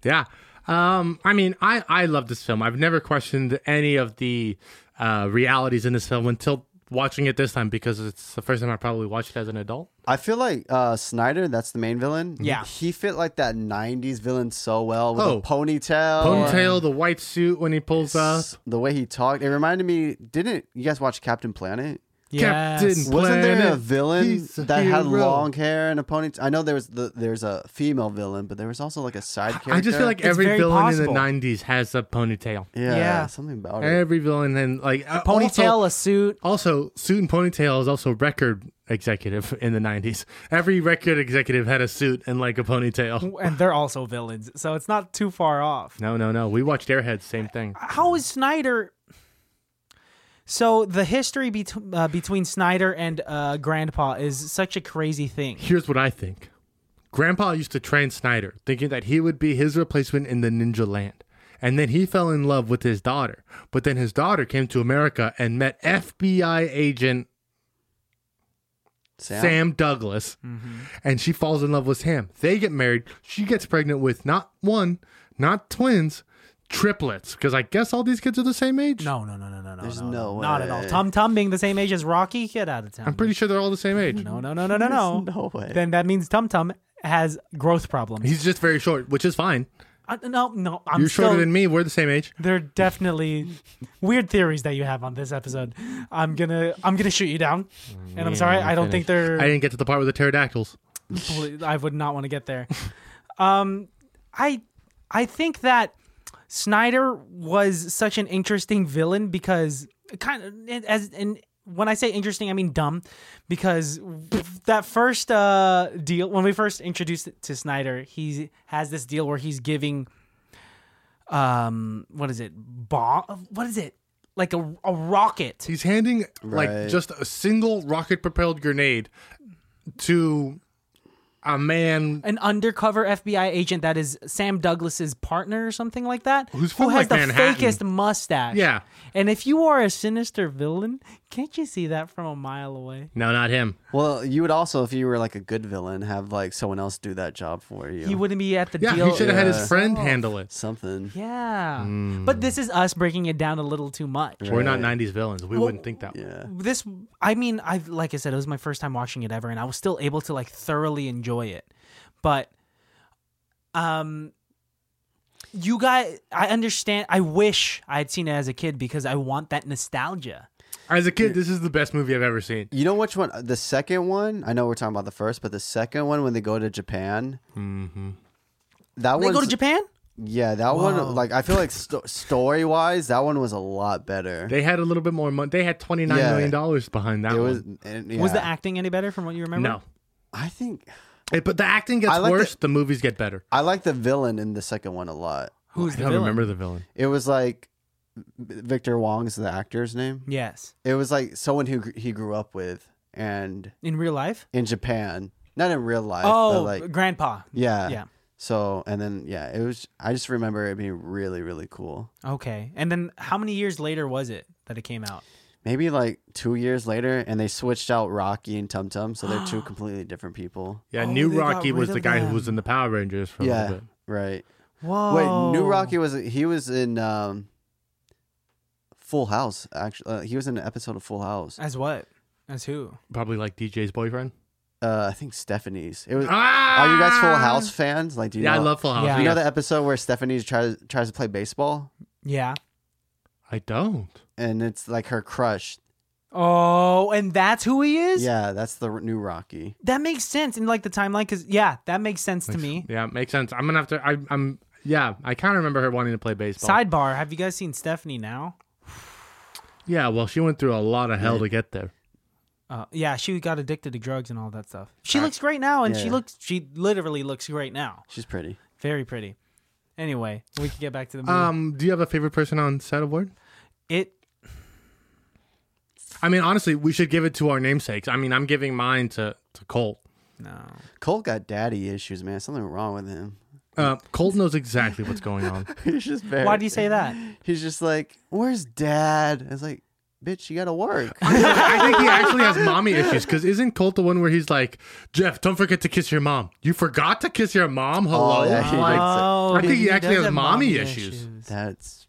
Speaker 3: Yeah. Um, I mean, I I love this film. I've never questioned any of the uh, realities in this film until watching it this time because it's the first time I probably watched it as an adult.
Speaker 2: I feel like uh, Snyder, that's the main villain.
Speaker 1: Yeah.
Speaker 2: he fit like that '90s villain so well with
Speaker 3: Oh.
Speaker 2: a ponytail.
Speaker 3: Ponytail, the white suit when he pulls up.
Speaker 2: The way he talked, it reminded me. Didn't you guys watch Captain Planet?
Speaker 1: Yes.
Speaker 3: Captain-
Speaker 2: Wasn't there a
Speaker 3: Planet.
Speaker 2: villain
Speaker 3: He's a
Speaker 2: that had
Speaker 3: hero.
Speaker 2: long hair and a ponytail? I know there was the, there's a female villain, but there was also like a side character.
Speaker 3: I just feel like every
Speaker 1: very
Speaker 3: villain
Speaker 1: possible.
Speaker 3: in the '90s has a ponytail.
Speaker 2: yeah,
Speaker 1: Yeah.
Speaker 2: something about it.
Speaker 3: Every villain and like uh,
Speaker 1: Ponytail,
Speaker 3: also-
Speaker 1: a suit.
Speaker 3: Also, suit and ponytail is also record executive in the 90s. Every record executive had a suit and like a ponytail.
Speaker 1: And they're also villains. So it's not too far off.
Speaker 3: No, no, no. We watched Airheads, same thing.
Speaker 1: How is Snyder. So the history between uh, between Snyder and uh, Grandpa is such a crazy thing.
Speaker 3: Here's what I think Grandpa used to train Snyder, thinking that he would be his replacement in the ninja land. And then he fell in love with his daughter. But then his daughter came to America and met FBI agent
Speaker 2: Sam?
Speaker 3: Sam Douglas,
Speaker 1: Mm-hmm.
Speaker 3: and she falls in love with him. They get married. She gets pregnant with not one, not twins, triplets. Because I guess all these kids are the same age.
Speaker 1: No, no, no, no, no, no.
Speaker 2: There's
Speaker 1: no,
Speaker 2: no
Speaker 1: Not at all.
Speaker 2: way.
Speaker 1: Tum Tum being the same age as Rocky, get out of town.
Speaker 3: I'm pretty sure they're all the same age.
Speaker 1: No, no, no, no, no, no.
Speaker 2: There's no way.
Speaker 1: Then that means Tum Tum has growth problems.
Speaker 3: He's just very short, which is fine.
Speaker 1: I, no, no, I'm
Speaker 3: You're
Speaker 1: still.
Speaker 3: shorter than me. We're the same age.
Speaker 1: There are definitely weird theories that you have on this episode. I'm gonna, I'm gonna shoot you down, and I'm sorry. I don't think they're.
Speaker 3: I didn't get to the part with the pterodactyls.
Speaker 1: Ble- I would not want to get there. Um, I I think that Snyder was such an interesting villain because kind of as and when I say interesting, I mean dumb because that first uh, deal when we first introduced it to Snyder, he has this deal where he's giving um what is it bomb what is it like a, a rocket
Speaker 3: He's handing like
Speaker 2: Right.
Speaker 3: just a single rocket-propelled grenade to a man
Speaker 1: an undercover FBI agent that is Sam Douglas's partner or something like that.
Speaker 3: Who's
Speaker 1: who
Speaker 3: from,
Speaker 1: has
Speaker 3: like,
Speaker 1: the
Speaker 3: Manhattan.
Speaker 1: fakest mustache.
Speaker 3: Yeah.
Speaker 1: And if you are a sinister villain, can't you see that from a mile away?
Speaker 3: No, not him.
Speaker 2: Well, you would also, if you were like a good villain, have like someone else do that job for you.
Speaker 1: He wouldn't be at the
Speaker 3: Yeah,
Speaker 1: deal.
Speaker 3: he should have had
Speaker 1: Yeah. Oh.
Speaker 3: his friend handle it.
Speaker 2: something.
Speaker 1: Yeah. But this is us breaking it down a little too much.
Speaker 3: We're not 90s villains. We wouldn't think that.
Speaker 2: Yeah.
Speaker 1: This I mean, I like I said, it was my first time watching it ever and I was still able to like thoroughly enjoy it. But um you guys i understand i wish i had seen it as a kid because i want that nostalgia
Speaker 3: As a kid, this is the best movie I've ever seen.
Speaker 2: You know which one? The second one. I know we're talking about the first, but the second one when they go to Japan. Mm-hmm. That
Speaker 1: they
Speaker 2: one.
Speaker 1: go to japan
Speaker 2: Yeah, that
Speaker 1: Whoa.
Speaker 2: one. Like I feel like sto- story wise, that one was a lot better.
Speaker 3: They had a little bit more money. They had twenty nine
Speaker 2: Yeah.
Speaker 3: million dollars behind that
Speaker 2: it was.
Speaker 3: one.
Speaker 2: And,
Speaker 1: was
Speaker 2: yeah.
Speaker 1: the acting any better from what you remember
Speaker 3: No,
Speaker 2: I think
Speaker 3: It- but the acting gets
Speaker 2: I like
Speaker 3: worse. The movies get better.
Speaker 2: I like the villain in the second one a lot.
Speaker 1: who's
Speaker 3: I
Speaker 1: the
Speaker 3: don't
Speaker 1: villain
Speaker 3: remember the villain.
Speaker 2: It was like Victor Wong's the actor's name.
Speaker 1: yes
Speaker 2: It was like someone who gr- he grew up with, and
Speaker 1: in real life
Speaker 2: in Japan, not in real life.
Speaker 1: oh
Speaker 2: but like
Speaker 1: grandpa
Speaker 2: yeah,
Speaker 1: yeah.
Speaker 2: So and then yeah, it was. I just remember it being really really cool.
Speaker 1: okay and then how many years later was it that it came out
Speaker 2: Maybe like two years later, and they switched out Rocky and Tum Tum, so they're two completely different people.
Speaker 3: Yeah,
Speaker 1: Oh,
Speaker 3: New
Speaker 1: they got
Speaker 3: Rocky
Speaker 1: rid
Speaker 3: was the
Speaker 1: of
Speaker 3: guy who was
Speaker 1: them.
Speaker 3: in the Power Rangers for a
Speaker 2: yeah,
Speaker 3: little bit.
Speaker 2: right.
Speaker 1: whoa
Speaker 2: Wait,
Speaker 3: Oh.
Speaker 2: New Rocky was he was in um, Full House actually. Uh, he was in an episode of Full House.
Speaker 1: as what as who
Speaker 3: Probably like DJ's boyfriend.
Speaker 2: Uh, I think Stephanie's. It was.
Speaker 3: Ah!
Speaker 2: Are you guys Full House fans? Like, do you
Speaker 3: Yeah,
Speaker 2: know,
Speaker 3: I love Full House.
Speaker 1: Yeah.
Speaker 2: You
Speaker 3: yeah.
Speaker 2: know the episode where Stephanie tries tries to play baseball,
Speaker 1: yeah
Speaker 3: I don't.
Speaker 2: and it's like her crush.
Speaker 1: oh and that's who he is
Speaker 2: Yeah, that's the new Rocky.
Speaker 1: that makes sense in like the timeline because yeah that makes sense to me
Speaker 3: Yeah, makes sense. I'm gonna have to. I, I'm. Yeah, I kind of remember her wanting to play baseball.
Speaker 1: sidebar have you guys seen stephanie now
Speaker 3: Yeah, well, she went through a lot of hell to get there.
Speaker 1: Uh, yeah, she got addicted to drugs and all that stuff. She looks great now, and she
Speaker 2: yeah.
Speaker 1: looks she literally looks great now.
Speaker 2: She's pretty.
Speaker 1: Very pretty. Anyway, we can get back to the movie.
Speaker 3: Um, do you have a favorite person on set award?
Speaker 1: it
Speaker 3: I mean, honestly, we should give it to our namesakes. I mean, I'm giving mine to to Colt.
Speaker 1: no.
Speaker 2: Cole got daddy issues, man. Something wrong with him.
Speaker 3: Uh, Colt knows exactly what's going on.
Speaker 2: He's just very.
Speaker 1: Why do you say that?
Speaker 2: He's just like, "Where's dad?" It's like, "Bitch, you gotta work."
Speaker 3: I think he actually has mommy issues because isn't Colt the one where he's like, Jeff, don't forget to kiss your mom. You forgot to kiss your mom?
Speaker 2: Oh,
Speaker 3: Hello?
Speaker 2: yeah, he
Speaker 3: Like,
Speaker 2: did.
Speaker 3: uh, I think Oh, he actually
Speaker 1: does
Speaker 3: has
Speaker 1: have
Speaker 3: mommy issues.
Speaker 2: That's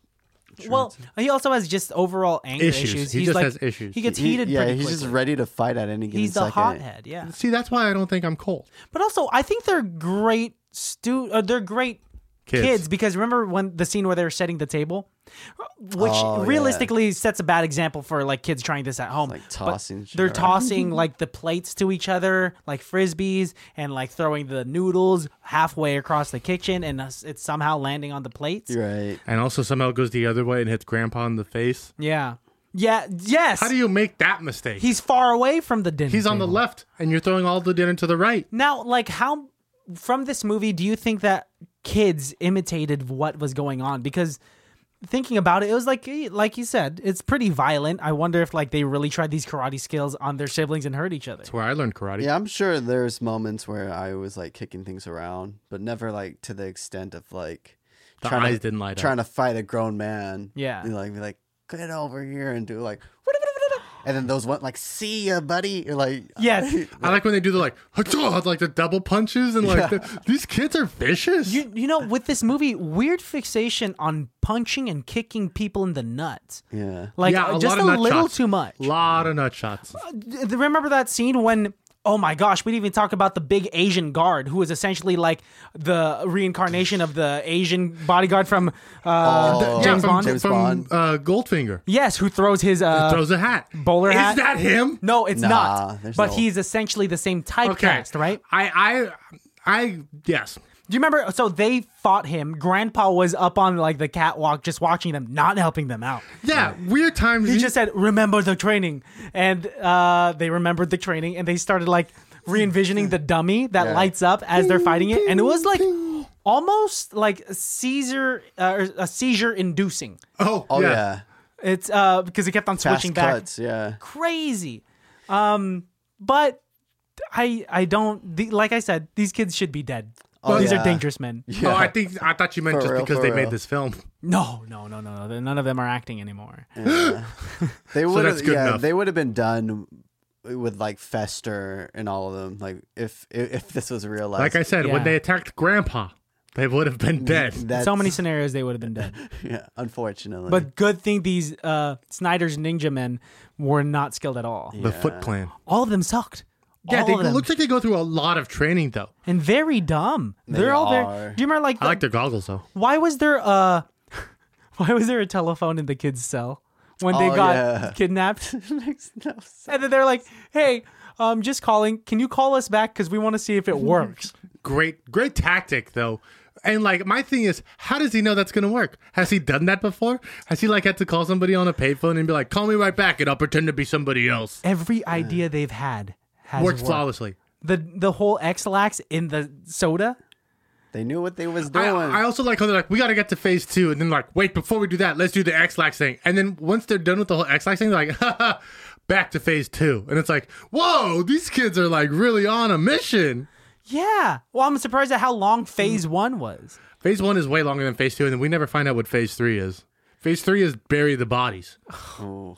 Speaker 1: Well, he also has just overall anger
Speaker 3: Issues.
Speaker 1: issues.
Speaker 3: He
Speaker 1: he's
Speaker 3: just
Speaker 1: like,
Speaker 3: has issues.
Speaker 1: He gets
Speaker 2: He-
Speaker 1: heated.
Speaker 2: yeah,
Speaker 1: pretty
Speaker 2: he's just
Speaker 1: quickly.
Speaker 2: ready to fight at any given
Speaker 1: He's the
Speaker 2: second.
Speaker 1: hothead. Yeah,
Speaker 3: See, that's why I don't think I'm Colt.
Speaker 1: but also I think they're great. Stu, uh, they're great
Speaker 3: Kids.
Speaker 1: kids because remember when the scene where they're setting the table which
Speaker 2: Oh, yeah.
Speaker 1: realistically sets a bad example for like kids trying this at home
Speaker 2: like
Speaker 1: But
Speaker 2: tossing shit
Speaker 1: they're
Speaker 2: around.
Speaker 1: tossing like the plates to each other like frisbees and like throwing the noodles halfway across the kitchen and us- it's somehow landing on the plates
Speaker 2: You're right.
Speaker 3: And also somehow goes the other way and hits Grandpa in the face.
Speaker 1: yeah yeah yes
Speaker 3: How do you make that mistake?
Speaker 1: he's far away from the dinner
Speaker 3: he's on the
Speaker 1: table.
Speaker 3: left and you're throwing all the dinner to the right.
Speaker 1: now like how from this movie do you think that kids imitated what was going on because thinking about it, it was like eh, like you said, it's pretty violent. I wonder if like they really tried these karate skills on their siblings and hurt each other.
Speaker 3: That's where I learned karate.
Speaker 2: Yeah, I'm sure there's moments where I was like kicking things around, but never like to the extent of like
Speaker 3: The
Speaker 2: trying
Speaker 3: eyes
Speaker 2: to,
Speaker 3: didn't light up.
Speaker 2: trying to fight a grown man.
Speaker 1: Yeah.
Speaker 2: and, like be like, get over here and do like, and then those went like, see ya, buddy. You're like,
Speaker 1: Yes.
Speaker 3: I like when they do the like, "Hachaw," like the double punches and like the- these kids are vicious.
Speaker 1: You, you know, with this movie, weird fixation on punching and kicking people in the nuts.
Speaker 2: yeah,
Speaker 1: Like
Speaker 3: yeah,
Speaker 1: uh,
Speaker 3: a
Speaker 1: just
Speaker 3: lot of
Speaker 1: a
Speaker 3: nut
Speaker 1: little
Speaker 3: shots.
Speaker 1: too much.
Speaker 3: Lot of nut shots.
Speaker 2: Uh,
Speaker 1: D- Remember that scene when oh my gosh, we didn't even talk about the big Asian guard who is essentially like the reincarnation of the Asian bodyguard from uh,
Speaker 2: Oh,
Speaker 1: James
Speaker 3: from,
Speaker 1: Bond.
Speaker 2: James
Speaker 3: from
Speaker 2: Bond.
Speaker 3: Uh, Goldfinger.
Speaker 1: Yes, who throws his uh,
Speaker 3: Throws a hat.
Speaker 1: bowler
Speaker 3: Is
Speaker 1: hat.
Speaker 3: that him?
Speaker 1: No, it's
Speaker 2: Nah,
Speaker 1: not.
Speaker 2: there's
Speaker 1: But
Speaker 2: no-
Speaker 1: he's essentially the same typecast, right?
Speaker 3: I, I, I, yes.
Speaker 1: Do you remember? So they fought him. Grandpa was up on like the catwalk, just watching them, not helping them out.
Speaker 3: Yeah, weird times.
Speaker 1: He just said, "Remember the training," and uh, they remembered the training, and they started like re-envisioning the dummy that lights up as they're fighting it, and it was like almost like seizure, uh, or a seizure inducing.
Speaker 3: oh,
Speaker 2: oh yeah,
Speaker 1: It's uh, because it kept on
Speaker 2: fast
Speaker 1: switching back.
Speaker 2: cuts, yeah.
Speaker 1: crazy. Um, but I I don't the, like I said these kids should be dead. these
Speaker 2: yeah.
Speaker 1: are dangerous men.
Speaker 3: Oh, I think I thought you meant
Speaker 2: For
Speaker 3: just
Speaker 2: real,
Speaker 3: because
Speaker 2: for
Speaker 3: they
Speaker 2: real.
Speaker 3: made this film.
Speaker 1: No, no, no, no, no. None of them are acting anymore.
Speaker 2: They would
Speaker 3: that's
Speaker 2: have,
Speaker 3: good
Speaker 2: yeah,
Speaker 3: enough.
Speaker 2: they would have been done with like Fester and all of them. Like if if, if this was real life,
Speaker 3: Like I said, when
Speaker 1: Yeah.
Speaker 3: they attacked Grandpa, they would have been dead.
Speaker 2: that's,
Speaker 1: so many scenarios they would have been dead.
Speaker 2: yeah, unfortunately,
Speaker 1: But good thing these uh, Snyder's ninja men were not skilled at all.
Speaker 3: The Foot Clan.
Speaker 1: All of them sucked.
Speaker 3: Yeah,
Speaker 1: all
Speaker 3: they,
Speaker 1: of
Speaker 3: it
Speaker 1: them.
Speaker 3: looks like they go through a lot of training though.
Speaker 1: and very dumb.
Speaker 2: They
Speaker 1: They're all
Speaker 2: are.
Speaker 1: very. Do you remember like,
Speaker 3: I like their goggles though.
Speaker 1: why was there uh why was there a telephone in the kids' cell when they
Speaker 2: Oh,
Speaker 1: got
Speaker 2: yeah.
Speaker 1: kidnapped?
Speaker 2: makes no sense.
Speaker 1: and then they're like, "Hey, um, just calling. Can you call us back because we want to see if it works?"
Speaker 3: Great, great tactic though. And like my thing is, how does he know that's gonna work? Has he done that before? Has he like had to call somebody on a payphone and be like, "Call me right back, and I'll pretend to be somebody else"?
Speaker 1: Every idea they've had has
Speaker 3: Works
Speaker 1: worked.
Speaker 3: flawlessly.
Speaker 1: The the whole X-lax in the soda.
Speaker 2: They knew what they was doing.
Speaker 3: I, I also like how they're like, we got to get to phase two, and then like, wait, before we do that, let's do the X-Lax thing. And then once they're done with the whole X-Lax thing, they're like, haha, back to phase two, and it's like, whoa, these kids are like really on a mission.
Speaker 1: Yeah. Well, I'm surprised at how long Phase
Speaker 2: Mm.
Speaker 1: One was.
Speaker 3: Phase one is way longer than phase two, and then we never find out what phase three is. Phase three is bury the bodies.
Speaker 2: Ooh.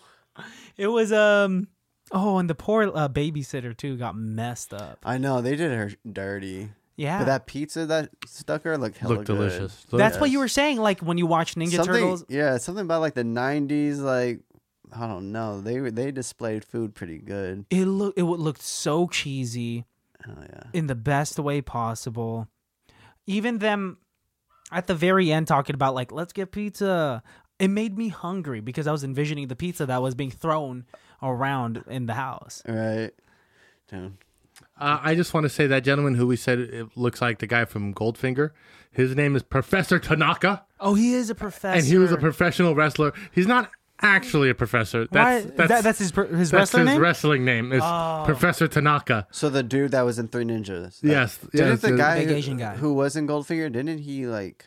Speaker 1: It was um. Oh, and the poor uh, babysitter too got messed up.
Speaker 2: I know they did her dirty.
Speaker 1: Yeah.
Speaker 2: But that pizza that stuck her looked hella
Speaker 3: Look
Speaker 2: good.
Speaker 3: delicious.
Speaker 1: That's what you were saying, like when you watch Ninja
Speaker 2: something,
Speaker 1: Turtles.
Speaker 2: Yeah, something about like the '90s. Like I don't know. They were- they displayed food pretty good.
Speaker 1: It look it would looked so cheesy. In the best way possible. Even them at the very end talking about like let's get pizza. It made me hungry because I was envisioning the pizza that was being thrown around in the house.
Speaker 2: Right. Dude.
Speaker 3: Uh, I just want to say that gentleman who we said it looks like the guy from Goldfinger, his name is Professor Tanaka.
Speaker 1: Oh, he is a professor.
Speaker 3: and he was a professional wrestler. He's not actually a professor.
Speaker 1: Why-
Speaker 3: That's
Speaker 1: that-
Speaker 3: that's,
Speaker 1: that's, his pr- his
Speaker 3: that's
Speaker 1: wrestler
Speaker 3: his
Speaker 1: name.
Speaker 3: wrestling name. Is
Speaker 1: Oh.
Speaker 3: Professor Tanaka?
Speaker 2: So the dude that was in Three Ninjas. that-
Speaker 3: Yes,
Speaker 2: Didn't
Speaker 3: yes,
Speaker 2: the
Speaker 3: yes.
Speaker 2: guy
Speaker 1: Big
Speaker 2: who,
Speaker 1: Asian guy.
Speaker 2: who was in Goldfinger didn't he like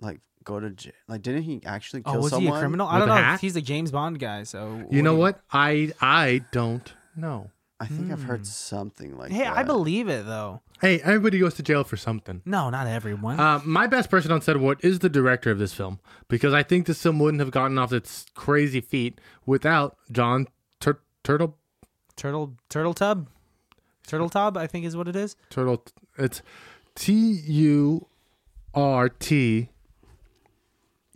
Speaker 2: like go to jail? Like didn't he actually kill
Speaker 1: oh, was
Speaker 2: someone?
Speaker 1: he a criminal? I
Speaker 3: with
Speaker 1: don't
Speaker 3: a
Speaker 1: know.
Speaker 3: hat?
Speaker 1: He's a James Bond guy, so
Speaker 3: You know what? I I don't know.
Speaker 2: I think I've heard something like
Speaker 1: Hmm. Hey,
Speaker 2: that.
Speaker 1: I believe it though.
Speaker 3: Hey, everybody goes to jail for something.
Speaker 1: No, not everyone.
Speaker 3: Uh, my best person on set award is the director of this film because I think this film wouldn't have gotten off its crazy feet without John Tur- Turtle
Speaker 1: turtle turtle tub turtle tub i think is what it is
Speaker 3: Turtle. It's T U R T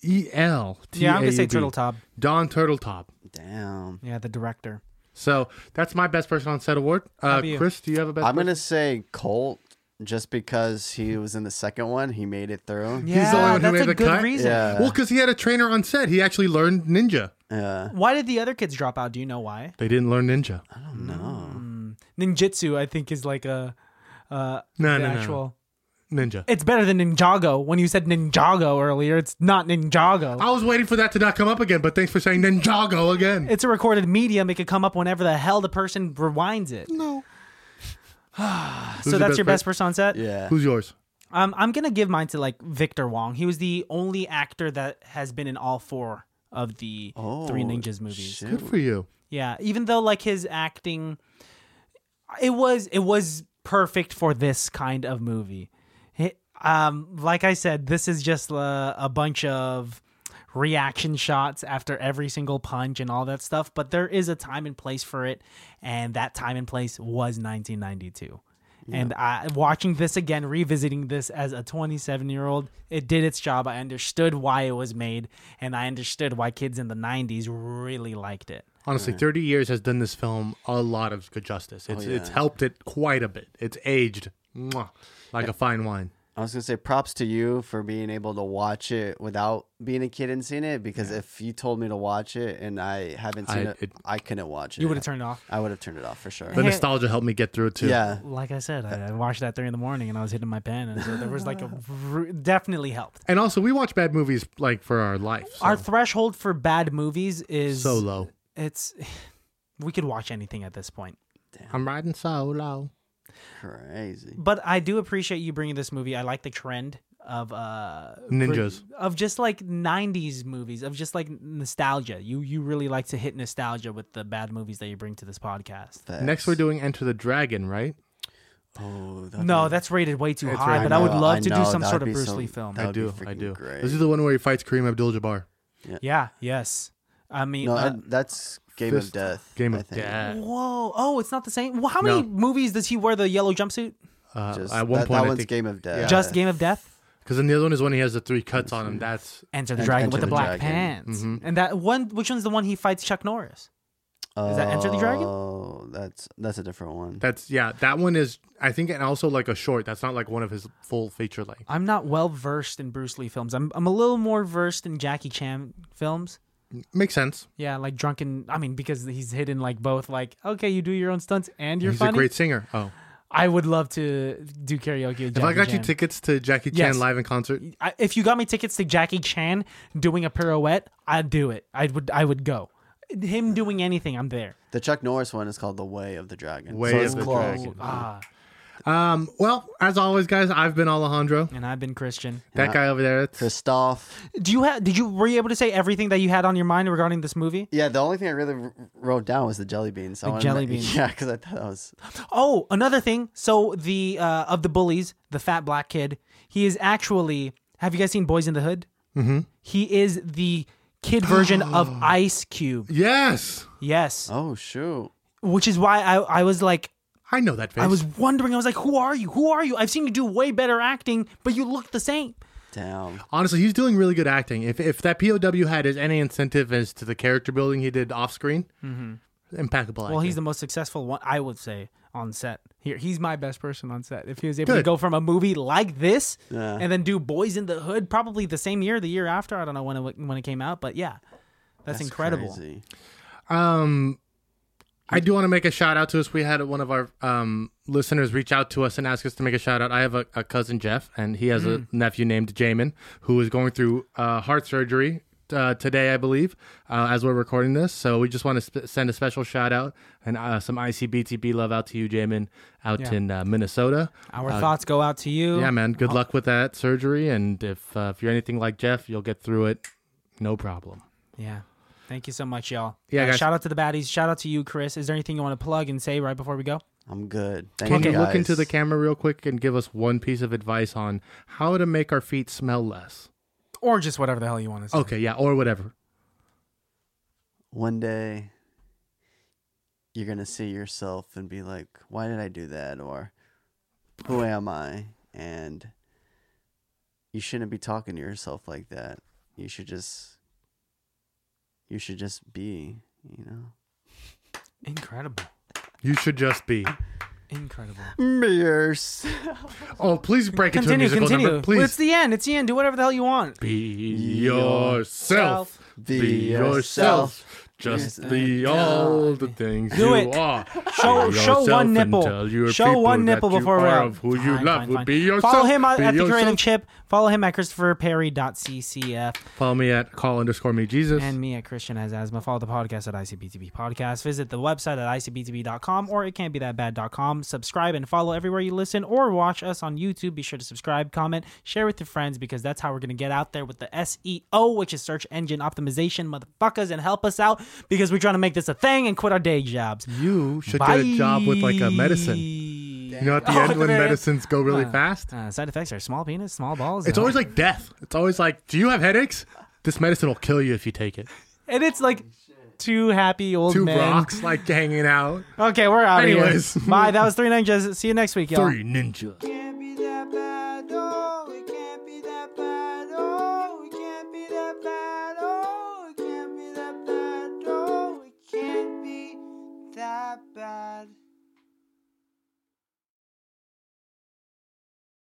Speaker 3: E L.
Speaker 1: yeah i'm gonna say turtle tub
Speaker 3: Don Turtletop.
Speaker 2: Damn.
Speaker 1: yeah the director
Speaker 3: So that's my best person on set award. Uh,
Speaker 1: about you?
Speaker 3: Chris, do you have a best?
Speaker 2: I'm
Speaker 3: person?
Speaker 2: gonna say Colt just because he was in the second one. He made it through.
Speaker 1: yeah
Speaker 3: the only one who
Speaker 1: that's
Speaker 3: made
Speaker 1: a
Speaker 3: the
Speaker 1: good
Speaker 3: cut?
Speaker 1: reason
Speaker 2: Yeah.
Speaker 3: Well, because he had a trainer on set, he actually learned ninja.
Speaker 2: Yeah.
Speaker 1: why did the other kids drop out do you know why
Speaker 3: They didn't learn ninja.
Speaker 2: No.
Speaker 1: ninjutsu i think is like a uh
Speaker 3: No,
Speaker 1: the
Speaker 3: no, no.
Speaker 1: actual
Speaker 3: Ninja.
Speaker 1: it's better than ninjago when you said ninjago earlier it's not ninjago
Speaker 3: I was waiting for that to not come up again, but thanks for saying ninjago again.
Speaker 1: it's a recorded medium it could come up whenever the hell the person rewinds it
Speaker 3: no.
Speaker 1: so that's your best person on set
Speaker 2: Yeah.
Speaker 3: Who's yours?
Speaker 1: Um, I'm gonna give mine to like Victor Wong. He was the only actor that has been in all four of the
Speaker 2: Oh,
Speaker 1: Three Ninjas movies.
Speaker 2: shit.
Speaker 3: Good for you.
Speaker 1: Yeah, even though like his acting, it was it was perfect for this kind of movie. It- um, like I said, this is just uh, a bunch of reaction shots after every single punch and all that stuff. But there is a time and place for it, and that time and place was 1992. And I, watching this again, revisiting this as a 27 year old, it did its job. I understood why it was made, and I understood why kids in the 90s really liked it.
Speaker 3: Honestly, 30 years has done this film a lot of good justice.
Speaker 1: Oh,
Speaker 3: It's it's helped it quite a bit. It's aged mwah, like a fine wine.
Speaker 2: I was gonna say props to you for being able to watch it without being a kid and seeing it because if you told me to watch it and I haven't seen
Speaker 3: I-
Speaker 2: it,
Speaker 3: it-
Speaker 2: I couldn't watch it.
Speaker 1: You would have turned it off.
Speaker 2: I would have turned it off for sure.
Speaker 3: The nostalgia helped me get through it too.
Speaker 2: yeah.
Speaker 1: Like I said, I, I watched that three in the morning and I was hitting my pen, and so there was like a r- definitely helped.
Speaker 3: And also, we watch bad movies like for our life. So,
Speaker 1: Our threshold for bad movies is
Speaker 3: so low.
Speaker 1: It's we could watch anything at this point.
Speaker 3: I'm riding solo.
Speaker 2: Crazy.
Speaker 1: But I do appreciate you bringing this movie. I like the trend of uh
Speaker 3: Ninjas.
Speaker 1: of just like 90s movies of just like nostalgia. You you really like to hit nostalgia with the bad movies that you bring to this podcast.
Speaker 3: Next, we're doing Enter the Dragon, right?
Speaker 2: Oh,
Speaker 1: No, that's rated way too
Speaker 3: It's
Speaker 1: high,
Speaker 3: rated
Speaker 1: but I would
Speaker 2: high.
Speaker 1: love
Speaker 2: I
Speaker 1: to
Speaker 2: know,
Speaker 1: do some
Speaker 2: that
Speaker 1: sort
Speaker 2: would
Speaker 1: of
Speaker 2: be
Speaker 1: Bruce
Speaker 2: so-
Speaker 1: Lee film.
Speaker 2: that
Speaker 3: I
Speaker 2: would be
Speaker 3: do. I
Speaker 2: freaking
Speaker 3: do.
Speaker 2: great.
Speaker 3: This is the one where he fights Kareem Abdul-Jabbar.
Speaker 1: Yeah, yes. I mean,
Speaker 2: no,
Speaker 1: uh,
Speaker 2: that- that's Game
Speaker 3: Fist-
Speaker 2: of Death.
Speaker 3: Game
Speaker 2: I
Speaker 3: of
Speaker 2: think.
Speaker 3: Death.
Speaker 1: Whoa! Oh, it's not the same. Well, how many
Speaker 3: No.
Speaker 1: movies does he wear the yellow jumpsuit?
Speaker 3: Uh,
Speaker 2: Just-
Speaker 3: at one
Speaker 2: that,
Speaker 3: point,
Speaker 2: that
Speaker 3: I
Speaker 2: one's
Speaker 3: think,
Speaker 2: Game of Death.
Speaker 1: Just Game of Death,
Speaker 3: because then the other one is when he has the three cuts on him. That's
Speaker 1: Enter the
Speaker 2: And
Speaker 1: Dragon
Speaker 2: Enter
Speaker 1: with the,
Speaker 2: the
Speaker 1: black
Speaker 3: Mm-hmm.
Speaker 2: Dragon.
Speaker 1: pants, and that one. Which one's the one he fights Chuck Norris? Is that Enter the Dragon?
Speaker 2: Oh, that's that's a different one.
Speaker 3: That's yeah. That one is I think, and also like a short. That's not like one of his full feature length.
Speaker 1: I'm not well versed in Bruce Lee films. I'm I'm a little more versed in Jackie Chan films.
Speaker 3: Makes sense.
Speaker 1: Yeah, like drunken. I mean, because he's hidden like both. Like, okay, you do your own stunts and you're
Speaker 3: He's
Speaker 1: funny.
Speaker 3: a great singer. Oh,
Speaker 1: I would love to do karaoke. With
Speaker 3: if I got you
Speaker 1: tickets,
Speaker 3: tickets to Jackie Chan
Speaker 1: Yes.
Speaker 3: live in concert,
Speaker 1: if you got me tickets to Jackie Chan doing a pirouette, I'd do it. I would. I would go. Him doing anything, I'm there.
Speaker 2: The Chuck Norris one is called The Way of the Dragon.
Speaker 3: Way
Speaker 2: so
Speaker 3: of
Speaker 2: it's
Speaker 3: the
Speaker 2: close.
Speaker 3: Dragon.
Speaker 1: Ah,
Speaker 3: um, well, as always, guys, I've been Alejandro.
Speaker 1: and I've been Christian.
Speaker 3: That guy over there. That's,
Speaker 2: Christoph.
Speaker 1: Do you have? Did you were you able to say everything that you had on your mind regarding this movie?
Speaker 2: Yeah, the only thing I really r- wrote down was the jelly beans. I wanted
Speaker 1: jelly
Speaker 2: to-
Speaker 1: beans.
Speaker 2: Yeah, because I thought that was
Speaker 1: Oh, another thing. So the uh, of the bullies, the fat black kid, he is actually. Have you guys seen Boys in the Hood? Mm-hmm. He is the kid version of Ice Cube.
Speaker 3: yes,
Speaker 1: Yes,
Speaker 2: oh shoot.
Speaker 1: which is why I I was like.
Speaker 3: I know that face.
Speaker 1: I was wondering. I was like, "Who are you? Who are you?" I've seen you do way better acting, but you look the same.
Speaker 2: Damn.
Speaker 3: honestly, he's doing really good acting. If if that POW had as any incentive as to the character building he did off screen, impeccable.
Speaker 1: Mm-hmm. Well, he's
Speaker 3: acting.
Speaker 1: the most successful one, I would say, on set. Here, he's my best person on set. If he was able to
Speaker 3: Good.
Speaker 1: go from a movie like this and then do Boys in the Hood, probably the same year, the year after, I don't know when it when it came out, but yeah, that's, incredible.
Speaker 2: crazy.
Speaker 3: Um, I do want to make a shout out to us. We had one of our um, listeners reach out to us and ask us to make a shout out. I have a, a cousin Jeff, and he has a nephew named Jamin who is going through uh, heart surgery. Uh, today, I believe, uh, as we're recording this, so we just want to sp- send a special shout out and uh, some ICBTB love out to you, Jamin, out
Speaker 1: Yeah.
Speaker 3: in uh, Minnesota.
Speaker 1: Our thoughts go out to you.
Speaker 3: Uh, Yeah, man. Good luck with that surgery, and if uh, if you're anything like Jeff, you'll get through it, no problem.
Speaker 1: Yeah. Thank you so much, y'all.
Speaker 3: Yeah, guys.
Speaker 1: shout out to the baddies. Shout out to you, Chris. Is there anything you want to plug and say right before we go?
Speaker 2: I'm good. Thank
Speaker 3: Can
Speaker 2: you
Speaker 3: you
Speaker 2: guys.
Speaker 3: look into the camera real quick and give us one piece of advice on how to make our feet smell less?
Speaker 1: Or just whatever the hell you want to say.
Speaker 3: Okay, yeah, or whatever.
Speaker 2: One day you're gonna see yourself and be like, Why did I do that? or Who am I? And you shouldn't be talking to yourself like that. You should just you should just be, you know.
Speaker 1: Incredible.
Speaker 3: You should just be.
Speaker 1: Incredible.
Speaker 2: Mears.
Speaker 3: Oh, please break it
Speaker 1: Continue,
Speaker 3: to a musical
Speaker 1: continue.
Speaker 3: number.
Speaker 1: Well, It's
Speaker 3: Please
Speaker 1: the end. It's the end. Do whatever the hell you want.
Speaker 3: be yourself.
Speaker 2: Be
Speaker 3: Just be all the things
Speaker 1: Do
Speaker 3: you
Speaker 1: it.
Speaker 3: are.
Speaker 1: Show- show
Speaker 3: Be yourself
Speaker 1: one
Speaker 3: and
Speaker 1: nipple.
Speaker 3: tell your
Speaker 1: Show
Speaker 3: people
Speaker 1: one
Speaker 3: that
Speaker 1: nipple
Speaker 3: you
Speaker 1: before we're
Speaker 3: are
Speaker 1: out.
Speaker 3: of who you
Speaker 1: Fine,
Speaker 3: love.
Speaker 1: fine, fine.
Speaker 3: Be yourself.
Speaker 1: Follow him at,
Speaker 3: Be
Speaker 1: at the
Speaker 3: yourself.
Speaker 1: creative chip. Follow him at ChristopherPerry.ccf
Speaker 3: Follow me at call underscore me Jesus.
Speaker 1: and me at Christian has asthma. Follow the podcast at ICBTB Podcast. Visit the website at ICBTB.com or it can't be that bad.com. Subscribe and follow everywhere you listen or watch us on YouTube. Be sure to subscribe, comment, share with your friends because that's how we're going to get out there with the SEO, which is search engine optimization, motherfuckers, and help us out because we're trying to make this a thing and quit our day jobs.
Speaker 3: you should get a job with like a medicine. You know, at the
Speaker 1: Oh,
Speaker 3: end when
Speaker 1: yeah.
Speaker 3: medicines go really
Speaker 1: Huh.
Speaker 3: fast.
Speaker 1: Uh, side effects are small penis, small balls.
Speaker 3: It's
Speaker 1: uh,
Speaker 3: always like death. It's always like, do you have headaches? This medicine will kill you if you take it.
Speaker 1: and it's like two happy old
Speaker 3: Two
Speaker 1: men.
Speaker 3: rocks like hanging out.
Speaker 1: Okay, we're out of here.
Speaker 3: Anyways.
Speaker 1: Bye. That was three nine. Just see you next week, y'all.
Speaker 3: Three ninjas.